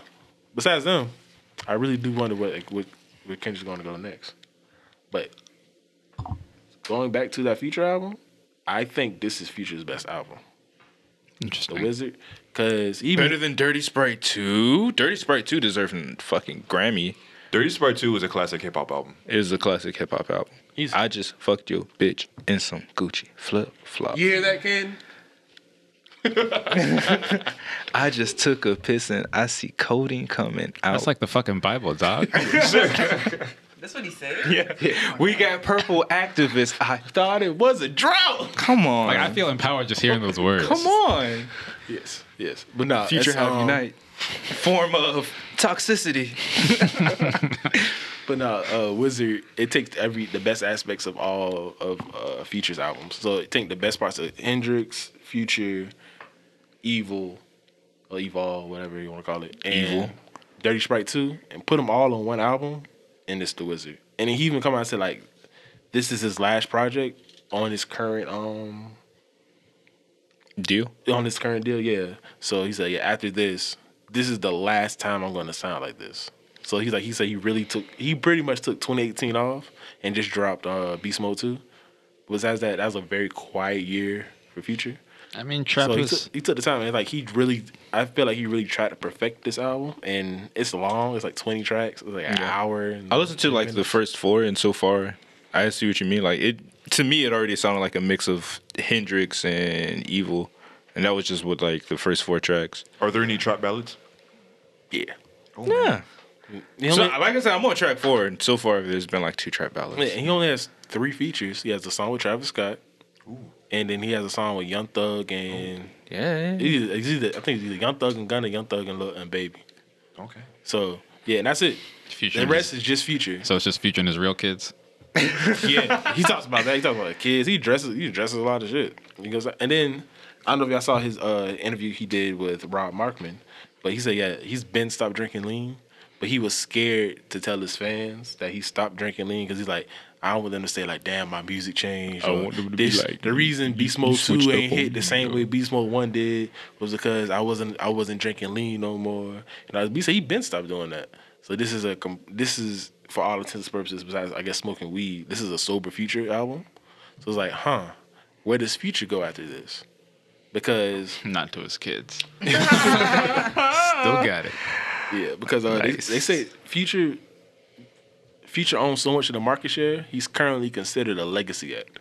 besides them, I really do wonder what like, what where Kendrick's going to go next. But going back to that Future album, I think this is Future's best album, The Interesting. Wizard, because even Better than Dirty Sprite Two. Dirty Sprite Two deserving fucking Grammy. Dirty Sprite Two was a classic hip hop album. It is a classic hip hop album. He's- I just fucked your bitch in some Gucci flip flop. you hear that, Ken? I just took a piss and I see coding coming out. That's like the fucking Bible, dog. That's what he said. we got purple activists. I thought it was a drought. Come on. Like I feel empowered just hearing those words. Come on. Yes, yes, but no, Future that's, have um, unite. Form of toxicity. But no, uh, Wizard. It takes every the best aspects of all of uh, Future's albums. So it takes the best parts of Hendrix, Future, Evil, or Evolve, whatever you want to call it, and Evil. Dirty Sprite Two, and put them all on one album, and it's the Wizard. And he even come out and said like, this is his last project on his current um Deal. on his current deal. Yeah. So he said, yeah, after this, this is the last time I'm going to sound like this. So he's like, he said he really took, he pretty much took 2018 off and just dropped uh, Beast Mode 2. Besides that, that was a very quiet year for Future. I mean, trap so he is took, he took the time and like he really, I feel like he really tried to perfect this album and it's long. It's like 20 tracks. It's like an hour. And I listened to like the first four, and so far, I see what you mean. Like it to me, it already sounded like a mix of Hendrix and Evil, and that was just with like the first four tracks. Are there any trap ballads? yeah. Yeah. He So, only, like I said, I'm on track four, and so far there's been like two trap ballads. yeah, he only has three features. He has a song with Travis Scott. And then he has a song with Young Thug and Yeah. It's either, it's either- I think it's either Young Thug and Gunna, Young Thug and Lil and Baby. Okay. So yeah, and that's it. future. The rest is just Future. so it's just featuring his real kids. Yeah, he talks about that. He talks about kids. He dresses. He dresses a lot of shit. He goes, and then I don't know if y'all saw his uh, interview he did with Rob Markman, but he said yeah he's been stopped drinking lean, but he was scared to tell his fans that he stopped drinking lean because he's like. I don't want them to say like, "Damn, my music changed." I or want them to be this- like, the you- reason you- Beast you Mode switched Two up ain't on hit me, the same though." way Beast Mode One did was because I wasn't I wasn't drinking lean no more. And I, he said he been stopped doing that. So this is a com- this is for all intents and purposes besides I guess smoking weed. This is a sober future album. So it's like, huh, where does future go after this? Because Not to his kids. Still got it. yeah, because uh, Nice. they, they say future future owns so much of the market share. He's currently considered a legacy act.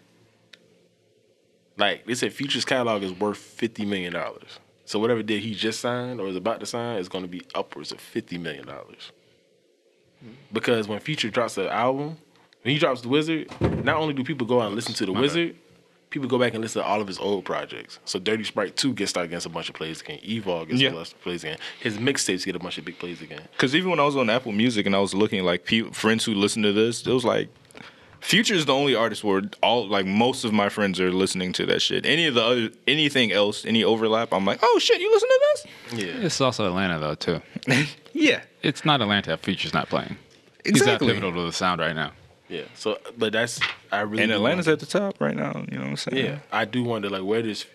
Like they said, future's catalog is worth fifty million dollars. So whatever deal he just signed or is about to sign is going to be upwards of fifty million dollars. Because when Future drops an album, When he drops the Wizard, not only do people go out and listen to the Wizard, people go back and listen to all of his old projects. So Dirty Sprite Two gets started against a bunch of plays again. Evol gets Yeah. a bunch of plays again. His mixtapes get a bunch of big plays again. Because even when I was on Apple Music and I was looking, like people, friends who listen to this, it was like Future is the only artist where all like most of my friends are listening to that shit. Any of the other anything else, any overlap, I'm like, oh shit, you listen to this? It's also Atlanta though too. Yeah, It's not Atlanta if Future's not playing. exactly. He's that pivotal to the sound right now. Yeah. So, but that's I really and do Atlanta's wonder- at the top right now. You know what I'm saying? Yeah, I do wonder like where does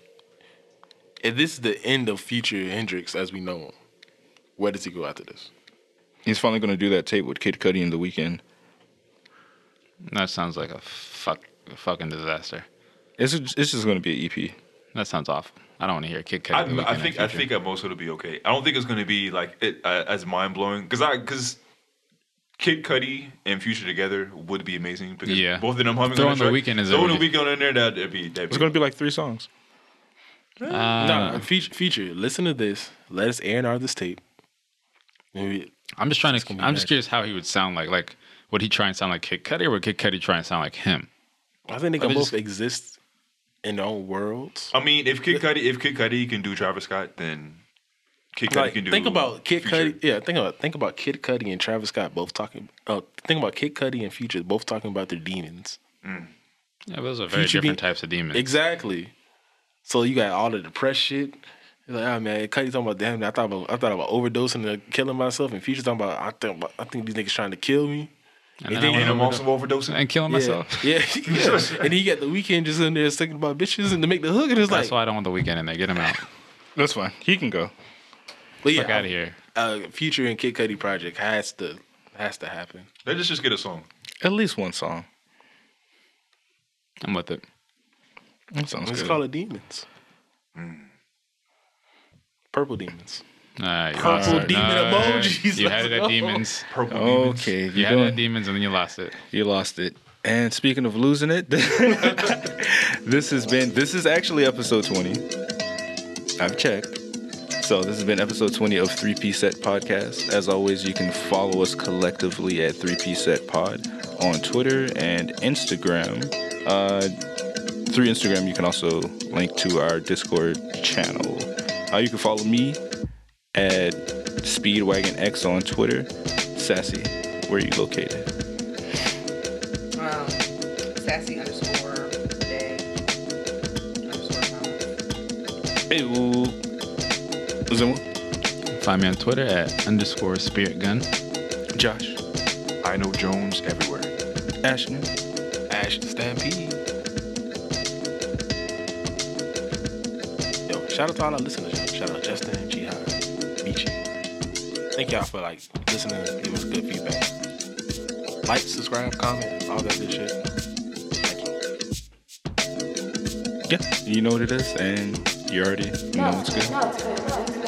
if this is the end of future Hendrix as we know him, where does he go after this? he's finally gonna do that tape with Kid Cudi in the weekend. That sounds like a fuck, a fucking disaster. It's it's just gonna be an E EP. That sounds awful. I don't want to hear Kid Cudi. I, The Weeknd I and think I Future. think at most it'll be okay. I don't think it's gonna be like it, uh, as mind blowing because I because Kid Cudi and Future together would be amazing because Yeah. both of them humming Throwing on The the Weeknd is throwing the already- weekend in there that'd be that'd It's be gonna be like three songs. Uh, nah, feature, feature. Listen to this. Let us air and R this tape. Maybe- I'm just trying to. gonna be I'm just bad. curious how he would sound like. Like, would he try and sound like Kid Cudi, or would Kid Cudi try and sound like him? I think they I can mean, both just- exist in their own worlds. I mean, if Kid Cudi, if Kid Cudi can do Travis Scott, then Kid Cudi Like, can do. think about Kid Future. Cudi. Yeah, think about think about Kid Cudi and Travis Scott both talking. Oh, think about Kid Cudi and Future both talking about their demons. Yeah, those are very Future different being- types of demons. Exactly. So you got all the depressed shit. You're like, ah man, Cuddy talking about damn. I thought about I thought about overdosing and killing myself, and Future talking about I think about, I think these niggas trying to kill me. and, then I think- And wanna I'm also overdosing. and killing myself. Yeah, yeah. and he got the weekend just in there thinking about bitches and to make the hook, and it's That's like, why I don't want the weekend in there. Get him out. That's fine. He can go. but yeah, Fuck out of here. Uh, Future and Kid Cudi project has to has to happen. Let us just get a song. At least one song. I'm with it. That sounds Let's good. call it demons. Mm. Purple demons. All right, Purple uh, demon no, emojis. You had it Let's at go. demons. Purple Oh. Demons. okay, if You you had it don't- at demons, and then you lost it. You lost it. And speaking of losing it, this has been this is actually episode 20. I've checked. So this has been episode 20 of 3P Set Podcast. As always, you can follow us collectively at 3P Set Pod on Twitter and Instagram. Uh, through Instagram, you can also link to our Discord channel. Uh, you can follow me at SpeedwagonX on Twitter. Sassy, where are you located? Um, sassy underscore day underscore time. Hey, woo. Is there one? Find me on Twitter at underscore spirit gun. Josh, I know Jones everywhere. Ashton. Ash the Stampede. Yo, shout out to all our listeners. yo. Shout out Justin and Jihad. Michi. Thank y'all for like listening and giving us good feedback. Like, subscribe, comment, all that good shit. Thank you. Yeah, you know what it is, and you already know it's good. No, it's good.